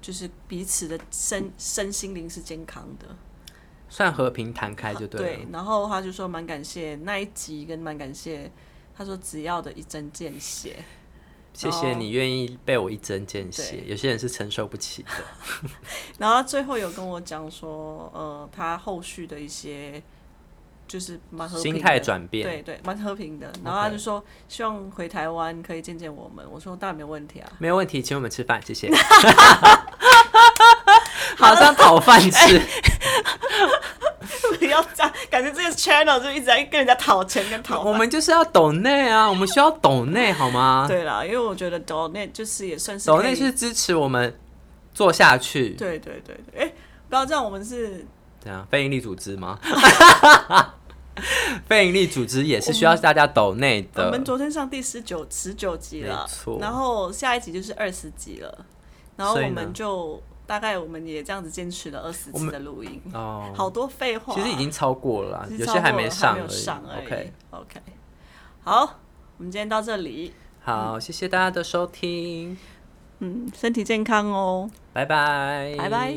Speaker 2: 就是彼此的身身心灵是健康的，
Speaker 1: 算和平谈开就对了。
Speaker 2: 然后他就说蛮感谢那一集，跟蛮感谢他说只要的一针见血，
Speaker 1: 谢谢
Speaker 2: 哦
Speaker 1: 你愿意被我一针见血，有些人是承受不起的。
Speaker 2: 然后他最后有跟我讲说，呃，他后续的一些就是蛮和平的
Speaker 1: 心态转变
Speaker 2: 对对，蛮和平的。然后他就说希望回台湾可以见见我们，我说当然没问题啊， [LAUGHS]
Speaker 1: 没有问题，请我们吃饭，谢谢。好像讨饭吃，
Speaker 2: 不要这样，感觉这个 channel 就一直在跟人家讨钱跟讨
Speaker 1: 我们就是要抖内啊，我们需要抖内好吗？
Speaker 2: 对啦，因为我觉得 donate 就是也算是
Speaker 1: 抖
Speaker 2: 可
Speaker 1: 内
Speaker 2: 以
Speaker 1: 是支持我们做下去，
Speaker 2: 对对对对，哎、不要这样，我们是
Speaker 1: 对啊，非营利组织
Speaker 2: [LAUGHS]
Speaker 1: 吗？非营利组织也是需要大家抖内
Speaker 2: 我
Speaker 1: 的
Speaker 2: 们，昨天上第十九十九集了
Speaker 1: 没错，
Speaker 2: 然后下一集就是二十集了，然后
Speaker 1: 所以
Speaker 2: 我
Speaker 1: 呢
Speaker 2: 们就大概我们也这样子坚持了二十
Speaker 1: 我
Speaker 2: 次
Speaker 1: 们
Speaker 2: 的录音，
Speaker 1: 哦
Speaker 2: 好多废话，
Speaker 1: 其实已经超过了啦，
Speaker 2: 其实
Speaker 1: 有
Speaker 2: 超
Speaker 1: 些还
Speaker 2: 过
Speaker 1: 没
Speaker 2: 了
Speaker 1: 上
Speaker 2: 还没有
Speaker 1: 而已
Speaker 2: 上而已。
Speaker 1: OK，
Speaker 2: OK，好，我们今天到这里，嗯
Speaker 1: 好，谢谢大家的收听，
Speaker 2: 嗯，身体健康哦。
Speaker 1: 拜拜，
Speaker 2: 拜拜